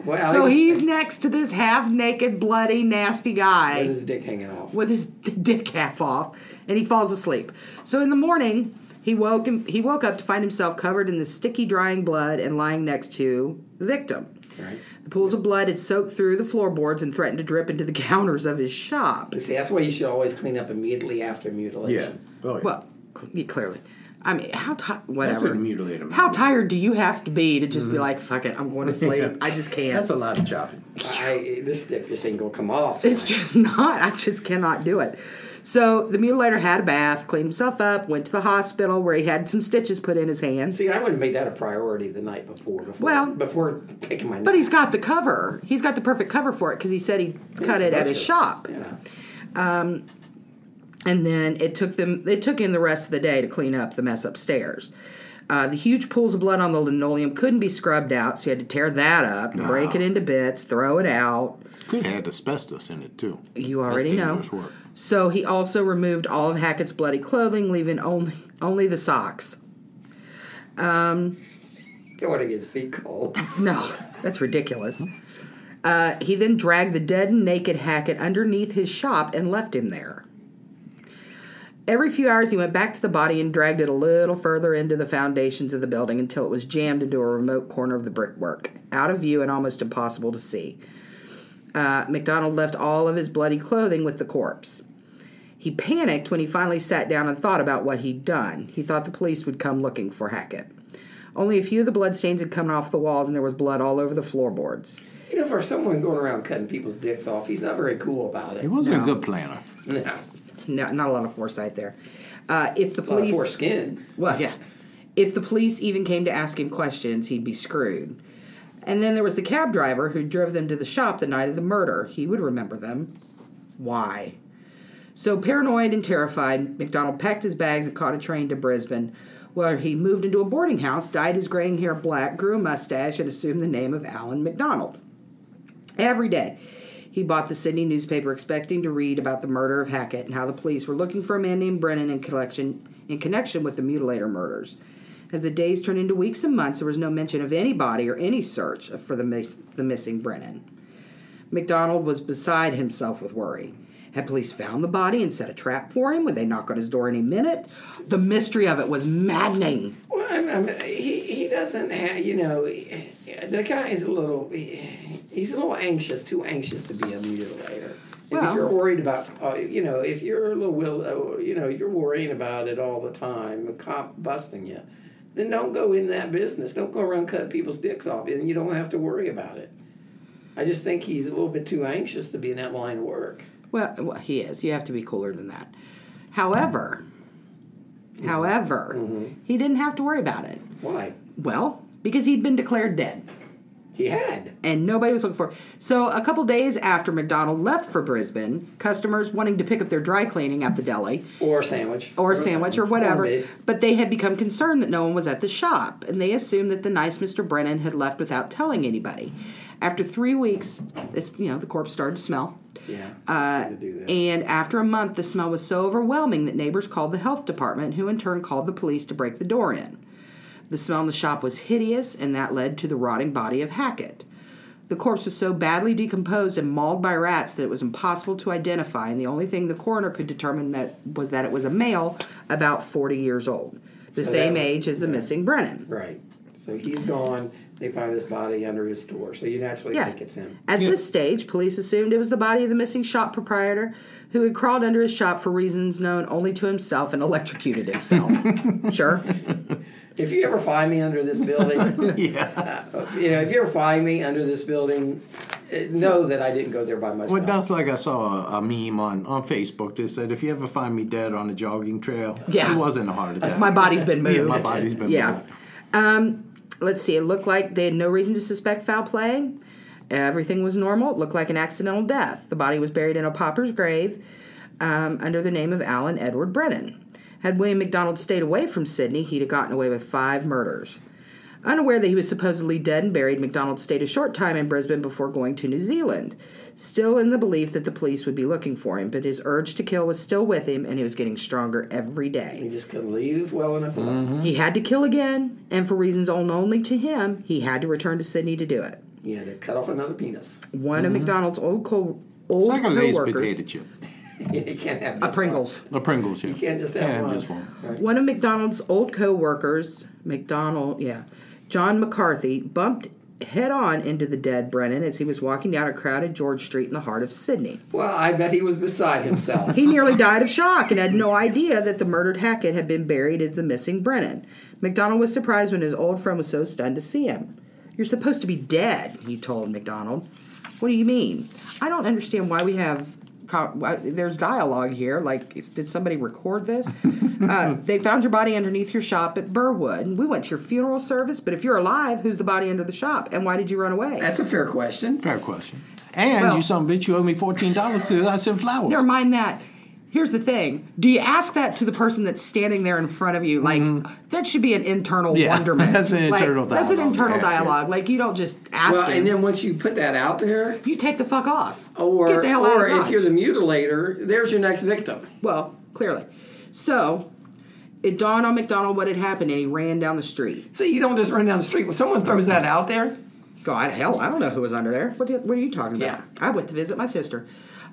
Speaker 1: Wow,
Speaker 3: So
Speaker 1: he was-
Speaker 3: he's next to this half naked, bloody, nasty
Speaker 1: with
Speaker 3: guy
Speaker 1: his dick hanging off.
Speaker 3: with his (laughs) d- dick half off, and he falls asleep. So in the morning, he woke him, he woke up to find himself covered in the sticky, drying blood and lying next to the victim.
Speaker 1: Right.
Speaker 3: The pools of blood had soaked through the floorboards and threatened to drip into the (laughs) counters of his shop.
Speaker 1: You see, that's why you should always clean up immediately after
Speaker 4: Yeah.
Speaker 1: mutilation.
Speaker 4: Oh, yeah.
Speaker 3: Well, cl- yeah, clearly. I mean, how ti
Speaker 4: That's
Speaker 3: whatever.
Speaker 4: what a mutilator.
Speaker 3: how
Speaker 4: means.
Speaker 3: tired do you have to be to just be like, fuck it, I'm
Speaker 4: (laughs)
Speaker 3: going to sleep. I just can't.
Speaker 4: Mm-hmm. That's a lot of chopping.
Speaker 1: I, this dick just ain't gonna come off.
Speaker 3: It's just (laughs) not. I just cannot do it. So the mutilator had a bath, cleaned himself up, went to the hospital where he had some stitches put in his hands.
Speaker 1: See, I would have made that a priority the night before. before
Speaker 3: Well-
Speaker 1: before picking my.
Speaker 3: But he's got the cover. He's got the perfect cover for it because he said he cut it at his shop. Um,
Speaker 1: Yeah.
Speaker 3: And then it took them. It took him the rest of the day to clean up the mess upstairs. Uh, the huge pools of blood on the linoleum couldn't be scrubbed out, so he had to tear that up, break it into bits, throw it out.
Speaker 4: Could have had asbestos in it too.
Speaker 3: You
Speaker 4: That's
Speaker 3: already know.
Speaker 4: dangerous work.
Speaker 3: So he also removed all of Hackett's bloody clothing, leaving only only the socks. Um,
Speaker 1: He want to get his feet cold.
Speaker 3: (laughs) No, that's ridiculous. Uh, he then dragged the dead and naked Hackett underneath his shop and left him there. Every few hours, he went back to the body and dragged it a little further into the foundations of the building until it was jammed into a remote corner of the brickwork, out of view and almost impossible to see. Uh, McDonald left all of his bloody clothing with the corpse. He panicked when he finally sat down and thought about what he'd done. He thought the police would come looking for Hackett. Only a few of the bloodstains had come off the walls, and there was blood all over the floorboards.
Speaker 1: You know, for someone going around cutting people's dicks off, he's not very cool about it.
Speaker 4: He wasn't a good planner.
Speaker 1: No.
Speaker 3: No, not a lot of foresight there. Uh, if the
Speaker 1: A lot of
Speaker 3: police,
Speaker 1: foreskin.
Speaker 3: well, yeah, if the police even came to ask him questions, he'd be screwed. And then there was the cab driver who drove them to the shop the night of the murder. He would remember them. Why? So paranoid and terrified, McDonald packed his bags and caught a train to Brisbane, where he moved into a boarding house, dyed his graying hair black, grew a mustache, and assumed the name of Alan McDonald. Every day, he bought the Sydney newspaper, expecting to read about the murder of Hackett and how the police were looking for a man named Brennan in connection in connection with the mutilator murders. As the days turned into weeks and months, there was no mention of anybody or any search for the miss, the missing Brennan. McDonald was beside himself with worry. Had police found the body and set a trap for him? Would they knock on his door any minute? The mystery of it was maddening.
Speaker 1: Well, I'm, I'm, he, he doesn't have, you know, he- the guy is a little, he- he's a little anxious, too anxious to be a mutilator. And
Speaker 3: Well-
Speaker 1: if you're worried about, uh, you know, if you're a little, will, uh, you know, you're worrying about it all the time, the cop busting you, then don't go in that business. Don't go around cutting people's dicks off, and you don't have to worry about it. I just think he's a little bit too anxious to be in that line of work.
Speaker 3: Well, well, he is. You have to be cooler than that. However, however, he didn't have to worry about it.
Speaker 1: Why?
Speaker 3: Well, because he'd been declared dead
Speaker 1: He had.
Speaker 3: and nobody was looking for. it. So a couple days after McDonald left for Brisbane, customers wanting to pick up their dry cleaning at the deli
Speaker 1: Or a sandwich.
Speaker 3: or a sandwich or whatever,
Speaker 1: beef.
Speaker 3: but they had become concerned that no one was at the shop, and they assumed that the nice Mr. Brennan had left without telling anybody. After three weeks, it's you know the corpse started to smell.
Speaker 1: Yeah. Uh, to do that.
Speaker 3: And after a month, the smell was so overwhelming that neighbors called the health department, who in turn called the police to break the door in. The smell in the shop was hideous, and that led to the rotting body of Hackett. The corpse was so badly decomposed and mauled by rats that it was impossible to identify, and the only thing the coroner could determine that was that it was a male about 40 years old, the
Speaker 1: So
Speaker 3: same
Speaker 1: that-
Speaker 3: age as the missing Brennan.
Speaker 1: Right. So he's gone. They find this body under his door, so you naturally
Speaker 3: Yeah.
Speaker 1: think it's him.
Speaker 3: At this stage, police assumed it was the body of the missing shop proprietor who had crawled under his shop for reasons known only to himself and electrocuted himself. sure.
Speaker 1: If you ever find me under this
Speaker 3: (laughs)
Speaker 1: building, uh, you know, if you ever find me under this building, uh, know that I didn't go there by myself.
Speaker 4: Well, that's like I saw a, a meme on, on Facebook that said, if you ever find me dead on a jogging trail,
Speaker 3: Yeah.
Speaker 4: it wasn't a heart attack.
Speaker 3: My body's been moved.
Speaker 4: Yeah, my body's been
Speaker 3: Yeah.
Speaker 4: moved.
Speaker 3: Um, let's see. It looked like they had no reason to suspect foul play. Everything was normal. It looked like an accidental death. The body was buried in a pauper's grave um, under the name of Alan Edward Brennan. Had William McDonald stayed away from Sydney, he'd have gotten away with five murders. Unaware that he was supposedly dead and buried, McDonald stayed a short time in Brisbane before going to New Zealand, still in the belief that the police would be looking for him, but his urge to kill was still with him and he was getting stronger every day.
Speaker 1: He just couldn't leave well enough alone.
Speaker 3: He had to kill again, and for reasons unknown only to him, he had to return to Sydney to do it.
Speaker 1: He had to cut off another penis. (laughs)
Speaker 3: One of McDonald's old co old
Speaker 4: Mm-hmm. It's like a Lay's
Speaker 3: coworkers-
Speaker 4: potato chip.
Speaker 1: you can't have
Speaker 3: a
Speaker 1: just
Speaker 3: Pringles.
Speaker 4: A Pringles chip. You
Speaker 1: can't just have one.
Speaker 4: just one.
Speaker 3: One of McDonald's old co-workers, McDonald, yeah, John McCarthy, bumped head-on into the dead Brennan as he was walking down a crowded George Street in the heart of Sydney.
Speaker 1: one. Well, I bet he was beside
Speaker 3: (laughs)
Speaker 1: himself.
Speaker 3: He nearly died of shock and had no idea that the murdered Hackett had been buried as the missing Brennan. McDonald was surprised when his old friend was so stunned to see him. You're supposed to be dead, he told McDonald. What do you mean? I don't understand why we have. co- why- There's dialogue here. Like, is- did somebody record this? uh, they found your body underneath your shop at Burwood, and we went to your funeral service. But if you're alive, who's the body under the shop, and why did you run away?
Speaker 1: That's a fair question.
Speaker 4: Fair question. And
Speaker 3: Well-
Speaker 4: you son of a bitch, you owe me $14 to I sent flowers.
Speaker 3: Never mind that. Here's the thing. Do you ask that to the person that's standing there in front of you? Like that should be an internal
Speaker 4: Mm-hmm. Yeah,
Speaker 3: wonderment.
Speaker 4: that's an
Speaker 3: Like,
Speaker 4: internal
Speaker 3: That's an
Speaker 4: dialogue.
Speaker 3: internal
Speaker 4: Yeah, yeah.
Speaker 3: dialogue. Like you don't just ask
Speaker 1: Well,
Speaker 3: him.
Speaker 1: and then once you put that out there,
Speaker 3: you take the fuck off.
Speaker 1: or
Speaker 3: Get the hell out
Speaker 1: or
Speaker 3: of
Speaker 1: if
Speaker 3: Dodge.
Speaker 1: you're the mutilator, there's your next victim.
Speaker 3: Well, clearly. So it dawned on McDonald what had happened and he ran down the street.
Speaker 1: See, you don't just run down the street when someone throws that out there.
Speaker 3: God, hell, I don't know who was under there. What, the, what are you talking about?
Speaker 1: Yeah.
Speaker 3: I went to visit my sister.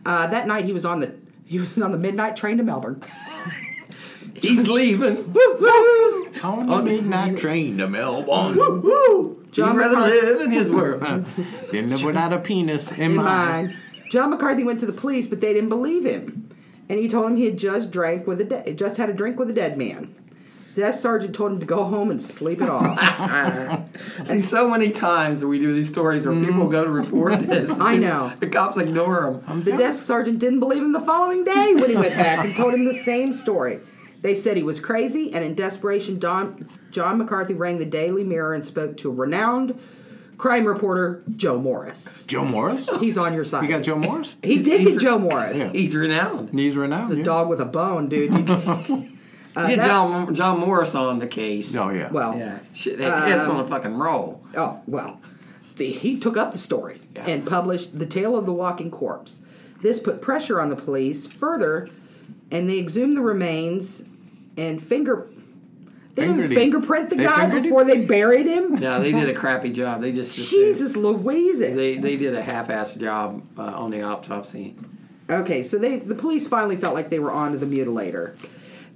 Speaker 3: Uh, that night he was on the he was on the midnight train
Speaker 1: (laughs)
Speaker 3: to Melbourne. (laughs)
Speaker 1: He's leaving.
Speaker 3: Woo, woo, woo.
Speaker 4: On the midnight train to Melbourne.
Speaker 3: Woo!
Speaker 1: He'd rather
Speaker 3: McCarthy-
Speaker 1: live in his (laughs) world.
Speaker 4: Then without a penis in, mine.
Speaker 3: mine. John McCarthy went to the police, but they didn't believe him, and he told him he had just drank with a de- just had a drink with a dead man. Death sergeant told him to go home and sleep it off.
Speaker 4: (laughs)
Speaker 1: See, so many times we do these stories where people go to (laughs) report this.
Speaker 3: I know.
Speaker 1: The cops ignore them.
Speaker 3: the desk sergeant didn't believe him the following day when he went back and told him the same story. They said he was crazy, and in desperation, Don, John McCarthy rang the Daily Mirror and spoke to renowned crime reporter Joe Morris.
Speaker 4: Joe Morris? You
Speaker 3: He's on your side.
Speaker 4: got Joe
Speaker 3: (laughs)
Speaker 4: Morris?
Speaker 3: he did get Joe Morris.
Speaker 1: He's renowned.
Speaker 4: Knees are now.
Speaker 3: He's a dog with a bone, dude. You
Speaker 1: Get
Speaker 3: that-
Speaker 1: John, John Morris on the case.
Speaker 4: Oh, yeah.
Speaker 3: well,
Speaker 1: Uh, Yeah. Um, Shit, it's on a fucking roll.
Speaker 3: Oh, well, the, he took up the story and published The Tale of the Walking Corpse. This put pressure on the police further, and they exhumed the remains and finger. They
Speaker 4: Fingered
Speaker 3: didn't
Speaker 4: him.
Speaker 3: fingerprint the
Speaker 4: They
Speaker 3: guy
Speaker 4: fingered him?
Speaker 3: before they buried him.
Speaker 1: No, they did a crappy job. They just just-
Speaker 3: Jesus Louise!
Speaker 1: They they did a half-assed job uh, on the autopsy.
Speaker 3: Okay, so they the police finally felt like they were onto the mutilator.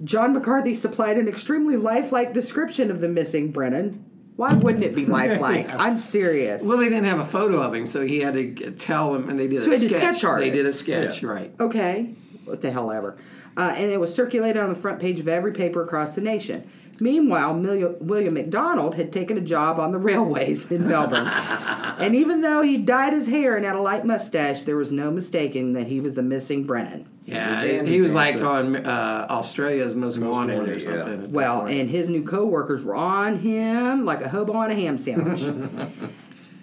Speaker 3: John McCarthy supplied an extremely lifelike description of the missing Brennan. Why
Speaker 4: (laughs)
Speaker 3: wouldn't it be lifelike? I'm serious.
Speaker 1: Well, they didn't have a photo of him, so he had to g- tell him, and they did
Speaker 3: So
Speaker 1: a
Speaker 3: he did
Speaker 1: sketch.
Speaker 3: sketch artist.
Speaker 1: They did a sketch, right?
Speaker 3: Okay, what the hell ever. Uh, and it was circulated on the front page of every paper across the nation. Meanwhile, Mil- William McDonald had taken a job on the railways
Speaker 1: (laughs)
Speaker 3: in Melbourne. and even though he dyed his hair and had a light mustache, there was no mistaking that he was the missing Brennan.
Speaker 1: Yeah, he- he was like on uh, Australia's Most, Wanted, or
Speaker 4: Wanted, yeah.
Speaker 1: something. at that
Speaker 3: Well,
Speaker 1: point.
Speaker 3: and his new coworkers were on him like a hobo on a
Speaker 1: (laughs)
Speaker 3: ham sandwich.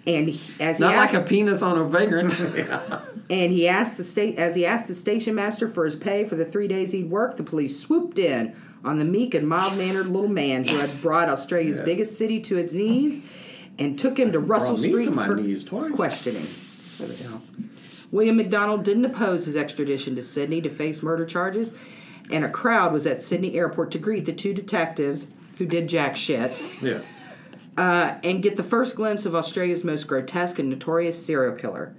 Speaker 3: and he, as
Speaker 1: not
Speaker 3: he
Speaker 1: like
Speaker 3: asked,
Speaker 1: a penis on a vagrant.
Speaker 3: And he asked the state as he asked the station master for his pay for the three days he'd worked. The police swooped in on the meek and mild mannered little man who had brought Australia's biggest city to its knees, and took him to Russell
Speaker 4: me to
Speaker 3: Street
Speaker 4: my
Speaker 3: for
Speaker 4: knees twice.
Speaker 3: questioning. William McDonald didn't oppose his extradition to Sydney to face murder charges, and a crowd was at Sydney Airport to greet the two detectives who did jack shit
Speaker 4: Yeah.
Speaker 3: and get the first glimpse of Australia's most grotesque and notorious serial killer.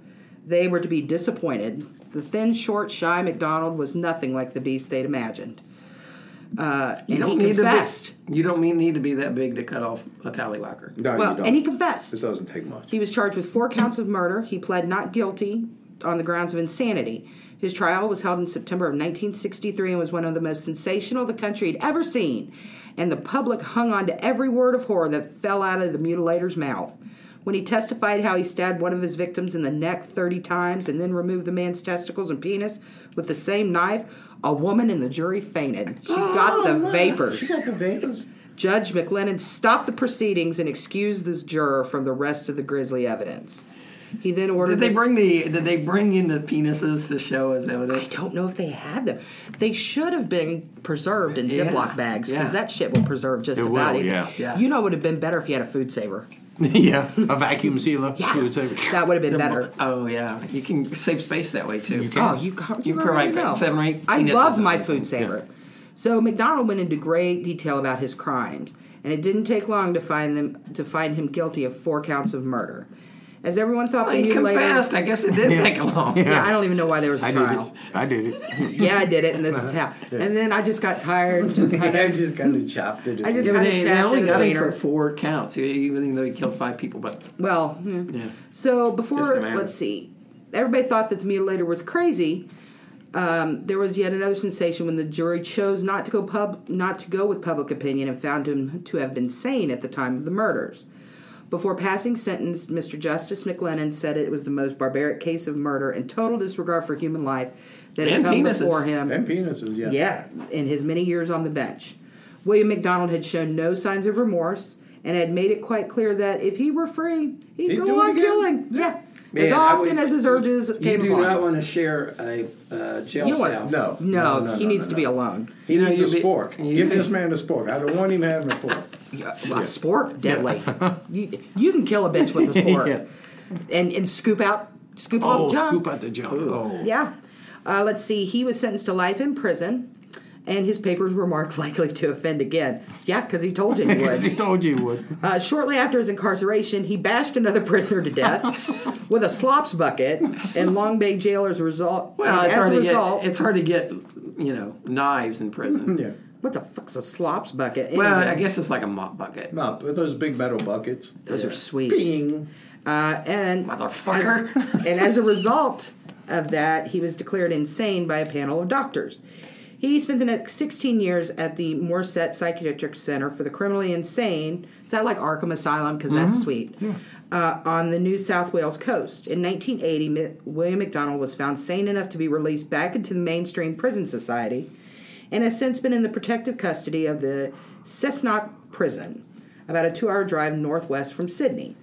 Speaker 3: They were to be disappointed. The thin, short, shy MacDonald was nothing like the beast they'd imagined. Uh,
Speaker 1: You
Speaker 3: and
Speaker 1: don't
Speaker 3: he
Speaker 1: need
Speaker 3: confessed.
Speaker 1: to be. You don't mean- need to be that big to cut off a tally locker.
Speaker 2: No,
Speaker 3: Well,
Speaker 2: you don't.
Speaker 3: and he confessed.
Speaker 2: It doesn't take much.
Speaker 3: He was charged with four counts of murder. He pled not guilty on the grounds of insanity. His trial was held in September of 1963 and was one of the most sensational the country had ever seen. And the public hung on to every word of horror that fell out of the mutilator's mouth. When he testified how he stabbed one of his victims in the neck 30 times and then removed the man's testicles and penis with the same knife, a woman in the jury fainted. She got the vapors.
Speaker 2: She got the vapors.
Speaker 3: Judge McLennan stopped the proceedings and excused this juror from the rest of the grisly evidence. He then ordered.
Speaker 1: Did they
Speaker 3: the-
Speaker 1: bring the? Did they bring in the penises to show as evidence?
Speaker 3: I don't know if they had them. They should have been preserved in
Speaker 1: Yeah,
Speaker 3: Ziploc bags because
Speaker 1: yeah.
Speaker 3: that shit will preserve just
Speaker 2: It will,
Speaker 3: about it.
Speaker 2: yeah.
Speaker 1: Yeah.
Speaker 3: You know, it would have been better if you had a food saver.
Speaker 2: yeah, a vacuum sealer.
Speaker 3: Yeah,
Speaker 2: She would say,
Speaker 3: that would have been better.
Speaker 1: Oh yeah, you can save space that way too.
Speaker 3: Oh, you ca- you,
Speaker 1: You
Speaker 3: already
Speaker 1: provide
Speaker 3: know.
Speaker 1: seven or eight
Speaker 3: I
Speaker 1: penises
Speaker 3: love my
Speaker 1: and-
Speaker 3: food saver. So McDonald went into great detail about his crimes, and it didn't take long to find them to find him guilty of four counts of murder. As everyone thought,
Speaker 1: Well,
Speaker 3: the
Speaker 1: he
Speaker 3: mutilator.
Speaker 1: confessed. I guess it did take long.
Speaker 3: Yeah, I don't even know why there was a
Speaker 2: I did
Speaker 3: trial.
Speaker 2: it. I did (laughs) it.
Speaker 3: Yeah, I did it, and this is how. And then I just got tired. and Just
Speaker 2: (laughs)
Speaker 3: kind
Speaker 2: I
Speaker 3: of,
Speaker 2: just kind of chopped it.
Speaker 3: I just
Speaker 1: Yeah, but
Speaker 3: kinda
Speaker 1: they, they
Speaker 3: chapped
Speaker 1: only
Speaker 3: his
Speaker 1: got him
Speaker 3: wiener.
Speaker 1: for four counts, even though he killed five people. But
Speaker 3: well, yeah.
Speaker 1: yeah,
Speaker 3: So
Speaker 1: Just
Speaker 3: before,
Speaker 1: a matter.
Speaker 3: let's see, everybody thought that the mutilator was crazy. Um, there was yet another sensation when the jury chose not to go pub, not to go with public opinion, and found him to have been sane at the time of the murders. Before passing sentence, Mr. Justice McLennan said it was the most barbaric case of murder and total disregard for human life that had
Speaker 1: And
Speaker 3: come
Speaker 1: penises.
Speaker 3: before him.
Speaker 2: and penises. Yeah.
Speaker 3: Yeah, in his many years on the bench. William McDonald had shown no signs of remorse and had made it quite clear that if he were free, he'd,
Speaker 2: He'd do
Speaker 3: go
Speaker 2: it
Speaker 3: on
Speaker 2: again.
Speaker 3: killing. Yeah.
Speaker 1: Man,
Speaker 3: as
Speaker 1: I
Speaker 3: often
Speaker 1: would-
Speaker 3: as his urges
Speaker 1: you
Speaker 3: came
Speaker 1: do
Speaker 3: upon
Speaker 1: not
Speaker 3: him.
Speaker 1: want to share a uh, jail
Speaker 3: You know what?
Speaker 1: cell.
Speaker 2: No.
Speaker 3: No,
Speaker 2: No, no,
Speaker 3: he
Speaker 2: no,
Speaker 3: needs
Speaker 2: no,
Speaker 3: to
Speaker 2: no.
Speaker 3: be alone.
Speaker 2: He needs
Speaker 1: You
Speaker 2: a
Speaker 1: be-
Speaker 2: spork.
Speaker 1: you-
Speaker 2: Give this man a spork. I don't want him having a fork.
Speaker 3: Yeah, well, spork uh, deadly. you, you can kill a bitch with a spork, and and scoop out scoop
Speaker 2: Oh,
Speaker 3: off junk.
Speaker 2: scoop out the junk. Oh.
Speaker 3: Yeah. Uh, let's see. He was sentenced to life in prison, and his papers were marked (laughs) likely to offend again. Yeah, because he told you he would.
Speaker 2: Because he told you he (laughs) would.
Speaker 3: Uh, shortly after his incarceration, he bashed another (laughs) prisoner to death with a slops bucket in Long Bay Jail as a result.
Speaker 1: Well,
Speaker 3: and
Speaker 1: it's
Speaker 3: as
Speaker 1: hard
Speaker 3: a
Speaker 1: to
Speaker 3: result,
Speaker 1: get. It's hard to get, you know, knives in prison.
Speaker 2: Yeah.
Speaker 3: what the fuck's a slops bucket?
Speaker 1: Well,
Speaker 3: anyway?
Speaker 1: I guess it's like a mop bucket.
Speaker 2: No, but those big metal buckets.
Speaker 3: those are sweet.
Speaker 2: Bing.
Speaker 3: Uh, and
Speaker 1: Motherfucker.
Speaker 3: as- and as a result of that, he was declared insane by a panel of doctors. He spent the next 16 years at the Morset Psychiatric Center for the Criminally Insane. Is that like Arkham Asylum? Because that's sweet. Uh, on the New South Wales coast. In 1980, Mi- William McDonald was found sane enough to be released back into the mainstream prison society and has since been in the protective custody of the Cessnock Prison, about a two hour drive northwest from Sydney.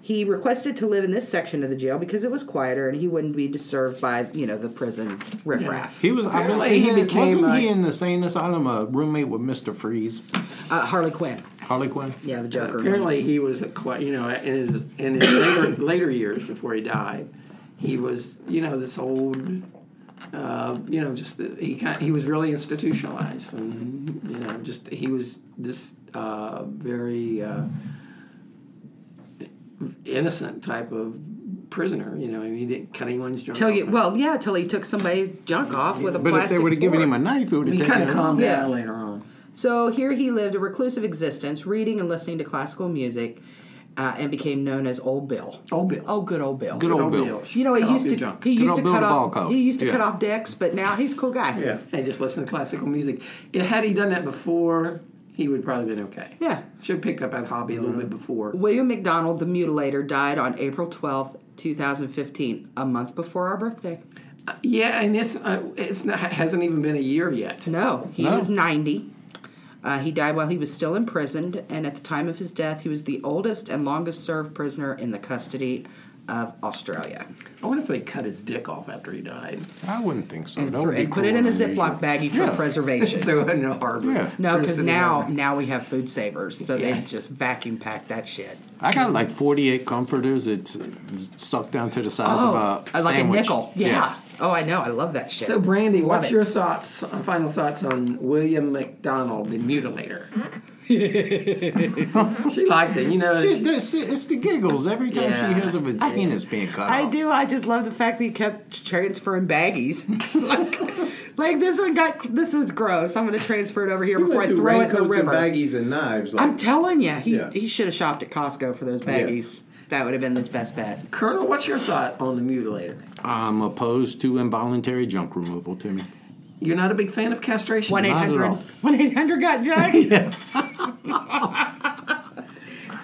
Speaker 3: He requested to live in this section of the jail because it was quieter and he wouldn't be disturbed by, you know, the prison riffraff.
Speaker 2: He was. I
Speaker 1: Apparently
Speaker 2: believe
Speaker 1: he
Speaker 2: he
Speaker 1: became
Speaker 2: wasn't
Speaker 1: a-
Speaker 2: he in the sane asylum a roommate with Mister Freeze,
Speaker 3: Uh, Harley Quinn.
Speaker 2: Harley Quinn?
Speaker 3: Yeah, the Joker.
Speaker 1: Apparently, he was a quite, you know, in his, in his later, later years before he died, he was, you know, this old, uh, you know, just the, he kind, he was really institutionalized, and you know, just he was this uh, very uh, innocent type of prisoner. You know, I mean, he didn't cut anyone's junk.
Speaker 3: Till
Speaker 1: off.
Speaker 3: you, well, yeah, till he took somebody's junk off with a
Speaker 2: But if
Speaker 3: plastic
Speaker 2: they would have given him
Speaker 3: fork.
Speaker 2: a knife, it would have
Speaker 1: he
Speaker 2: taken
Speaker 1: kind
Speaker 2: it
Speaker 1: of
Speaker 2: off.
Speaker 1: calmed
Speaker 3: Yeah.
Speaker 1: down later on.
Speaker 3: So here he lived a reclusive existence, reading and listening to classical music, uh, and became known as Old Bill.
Speaker 1: Old Bill.
Speaker 3: Oh, good Old Bill.
Speaker 2: Good old Bill.
Speaker 3: You know, he
Speaker 1: Cut off
Speaker 3: used
Speaker 1: your
Speaker 3: to
Speaker 1: junk.
Speaker 3: he
Speaker 2: Good
Speaker 3: used
Speaker 2: old
Speaker 3: to
Speaker 2: Bill
Speaker 3: cut
Speaker 2: the ball
Speaker 3: off
Speaker 2: coat.
Speaker 3: he used to
Speaker 2: Yeah.
Speaker 3: cut off dicks, but now he's a cool guy.
Speaker 2: Yeah.
Speaker 1: and just listen to classical music. Yeah, had he done that before, he would probably been okay.
Speaker 3: Yeah. Mm-hmm.
Speaker 1: should have picked up that hobby a little bit before.
Speaker 3: William McDonald, the mutilator, died on April twelfth, two thousand fifteen, a month before our birthday.
Speaker 1: Yeah, and it's uh, it's not, hasn't even been a year yet.
Speaker 3: No, he
Speaker 2: No.
Speaker 3: was ninety. Uh, he died while he was still imprisoned, and at the time of his death, he was the oldest and longest served prisoner in the custody of Australia.
Speaker 1: I wonder if they cut his dick off after he died.
Speaker 2: I wouldn't think so.
Speaker 3: and,
Speaker 2: That
Speaker 3: thro-
Speaker 2: would be
Speaker 3: and put it in a
Speaker 2: cruel and
Speaker 3: Ziploc baggie for
Speaker 2: Yeah. (laughs)
Speaker 3: preservation.
Speaker 1: So in a harbor.
Speaker 2: Yeah.
Speaker 3: no, because
Speaker 1: Prison
Speaker 3: now
Speaker 1: harbor.
Speaker 3: now we have food savers, so
Speaker 1: Yeah.
Speaker 3: they just vacuum pack that shit.
Speaker 2: I got like 48 comforters. It's sucked down to the size
Speaker 3: Oh,
Speaker 2: of a
Speaker 3: I like
Speaker 2: sandwich.
Speaker 3: a nickel. Yeah. Oh, I know. I love that shit.
Speaker 1: So Brandy,
Speaker 3: Love
Speaker 1: what's
Speaker 3: it. (laughs)
Speaker 1: your thoughts? uh, Final thoughts on William McDonald, the mutilator? she liked it, you know.
Speaker 2: She, this, it's the giggles every time
Speaker 1: Yeah.
Speaker 2: she hears of a penis being cut
Speaker 3: I
Speaker 2: off.
Speaker 3: do. I just love the fact that he kept transferring baggies. (laughs) like, like this one got this was gross. I'm going to transfer it over here
Speaker 2: He went
Speaker 3: before I
Speaker 2: through
Speaker 3: throw it in the
Speaker 2: raincoats
Speaker 3: river.
Speaker 2: and baggies and knives. Like,
Speaker 3: I'm telling you, he
Speaker 2: Yeah.
Speaker 3: he should have shopped at Costco for those baggies. That would have been his best bet.
Speaker 1: Colonel, what's your thought on the mutilator?
Speaker 2: I'm opposed to involuntary junk removal, Timmy.
Speaker 1: You're not a big fan of castration.
Speaker 3: One eight
Speaker 2: at
Speaker 3: hundred.
Speaker 2: all.
Speaker 3: One eight hundred got Jack.
Speaker 2: (laughs)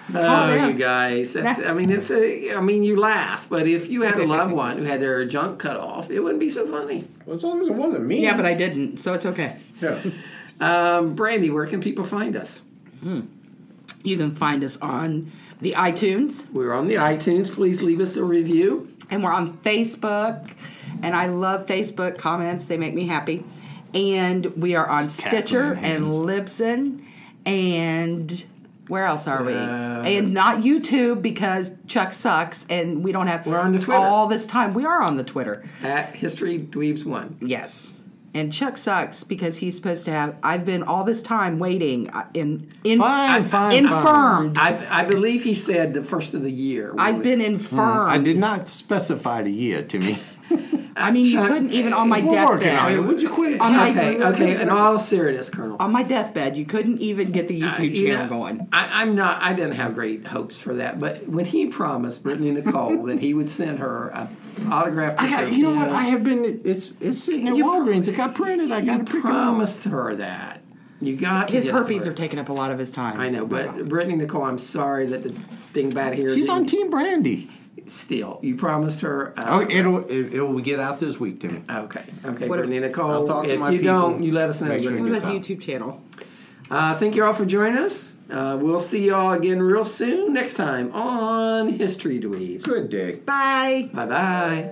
Speaker 1: Oh,
Speaker 3: yeah.
Speaker 1: you guys! That's, I mean, it's a. I mean, you laugh, but if you had a
Speaker 3: (laughs)
Speaker 1: loved one who had their junk cut off, it wouldn't be so funny.
Speaker 2: Well, as long as it wasn't me.
Speaker 3: yeah, but I didn't, so it's okay.
Speaker 2: Yeah.
Speaker 1: Um, Brandy, where can people find us?
Speaker 3: You can find us on the iTunes
Speaker 1: We're on the iTunes. Please leave us a review.
Speaker 3: and we're on Facebook. And I love Facebook comments, they make me happy. And we are on Stitcher and Libsyn. And where else are we?
Speaker 2: Uh,
Speaker 3: and not YouTube because Chuck sucks and we don't have
Speaker 1: We're on the Twitter.
Speaker 3: all this time. We are on the Twitter.
Speaker 1: At History Dweebs One.
Speaker 3: Yes. And Chuck sucks because he's supposed to have. I've been all this time waiting uh, in, in uh,
Speaker 2: Fine, fine,
Speaker 3: infirmed.
Speaker 1: I, I believe he said the first of the year.
Speaker 3: I've been infirmed.
Speaker 2: (laughs) Mm, I did not specify the year, Timmy.
Speaker 3: I mean, you
Speaker 1: Chuck-
Speaker 3: couldn't even on my
Speaker 2: We're working on it.
Speaker 3: deathbed.
Speaker 2: Would you quit?
Speaker 3: On my-
Speaker 1: Okay, okay. In all seriousness, Colonel.
Speaker 3: On my deathbed, you couldn't even get the YouTube
Speaker 1: I- Uh, you
Speaker 3: channel
Speaker 1: know,
Speaker 3: going.
Speaker 1: I, I'm not. I didn't have great hopes for that. But when he promised Brittany Nicole that he would send her a autographed,
Speaker 2: I got,
Speaker 1: prescription,
Speaker 2: you know what? I have been. It's it's sitting at
Speaker 1: You-
Speaker 2: Walgreens. It got printed. I
Speaker 1: you
Speaker 2: got to pick it up.
Speaker 1: promised her that. You got to
Speaker 3: His
Speaker 1: get it
Speaker 3: herpes
Speaker 1: for
Speaker 3: are
Speaker 1: her.
Speaker 3: taking up a lot of his time.
Speaker 1: I know, but Brittany Nicole, I'm sorry that the thing bad here.
Speaker 2: She's
Speaker 1: is-
Speaker 2: on Team Brandy.
Speaker 1: Still, you promised her.
Speaker 2: Oh,
Speaker 1: Uh,
Speaker 2: it'll it, it will get out this week, Timmy.
Speaker 1: okay, okay,
Speaker 3: What-
Speaker 1: Brittany Nicole.
Speaker 2: I'll talk to
Speaker 1: if
Speaker 2: my
Speaker 1: you
Speaker 2: people.
Speaker 1: don't, you let us know.
Speaker 2: Make sure it
Speaker 3: What
Speaker 2: gets
Speaker 3: about the
Speaker 2: out.
Speaker 3: YouTube channel?
Speaker 1: Uh, thank you all for joining us. Uh, we'll see y'all again real soon next time on History Dweebs.
Speaker 2: Good day.
Speaker 3: Bye.
Speaker 1: Bye bye.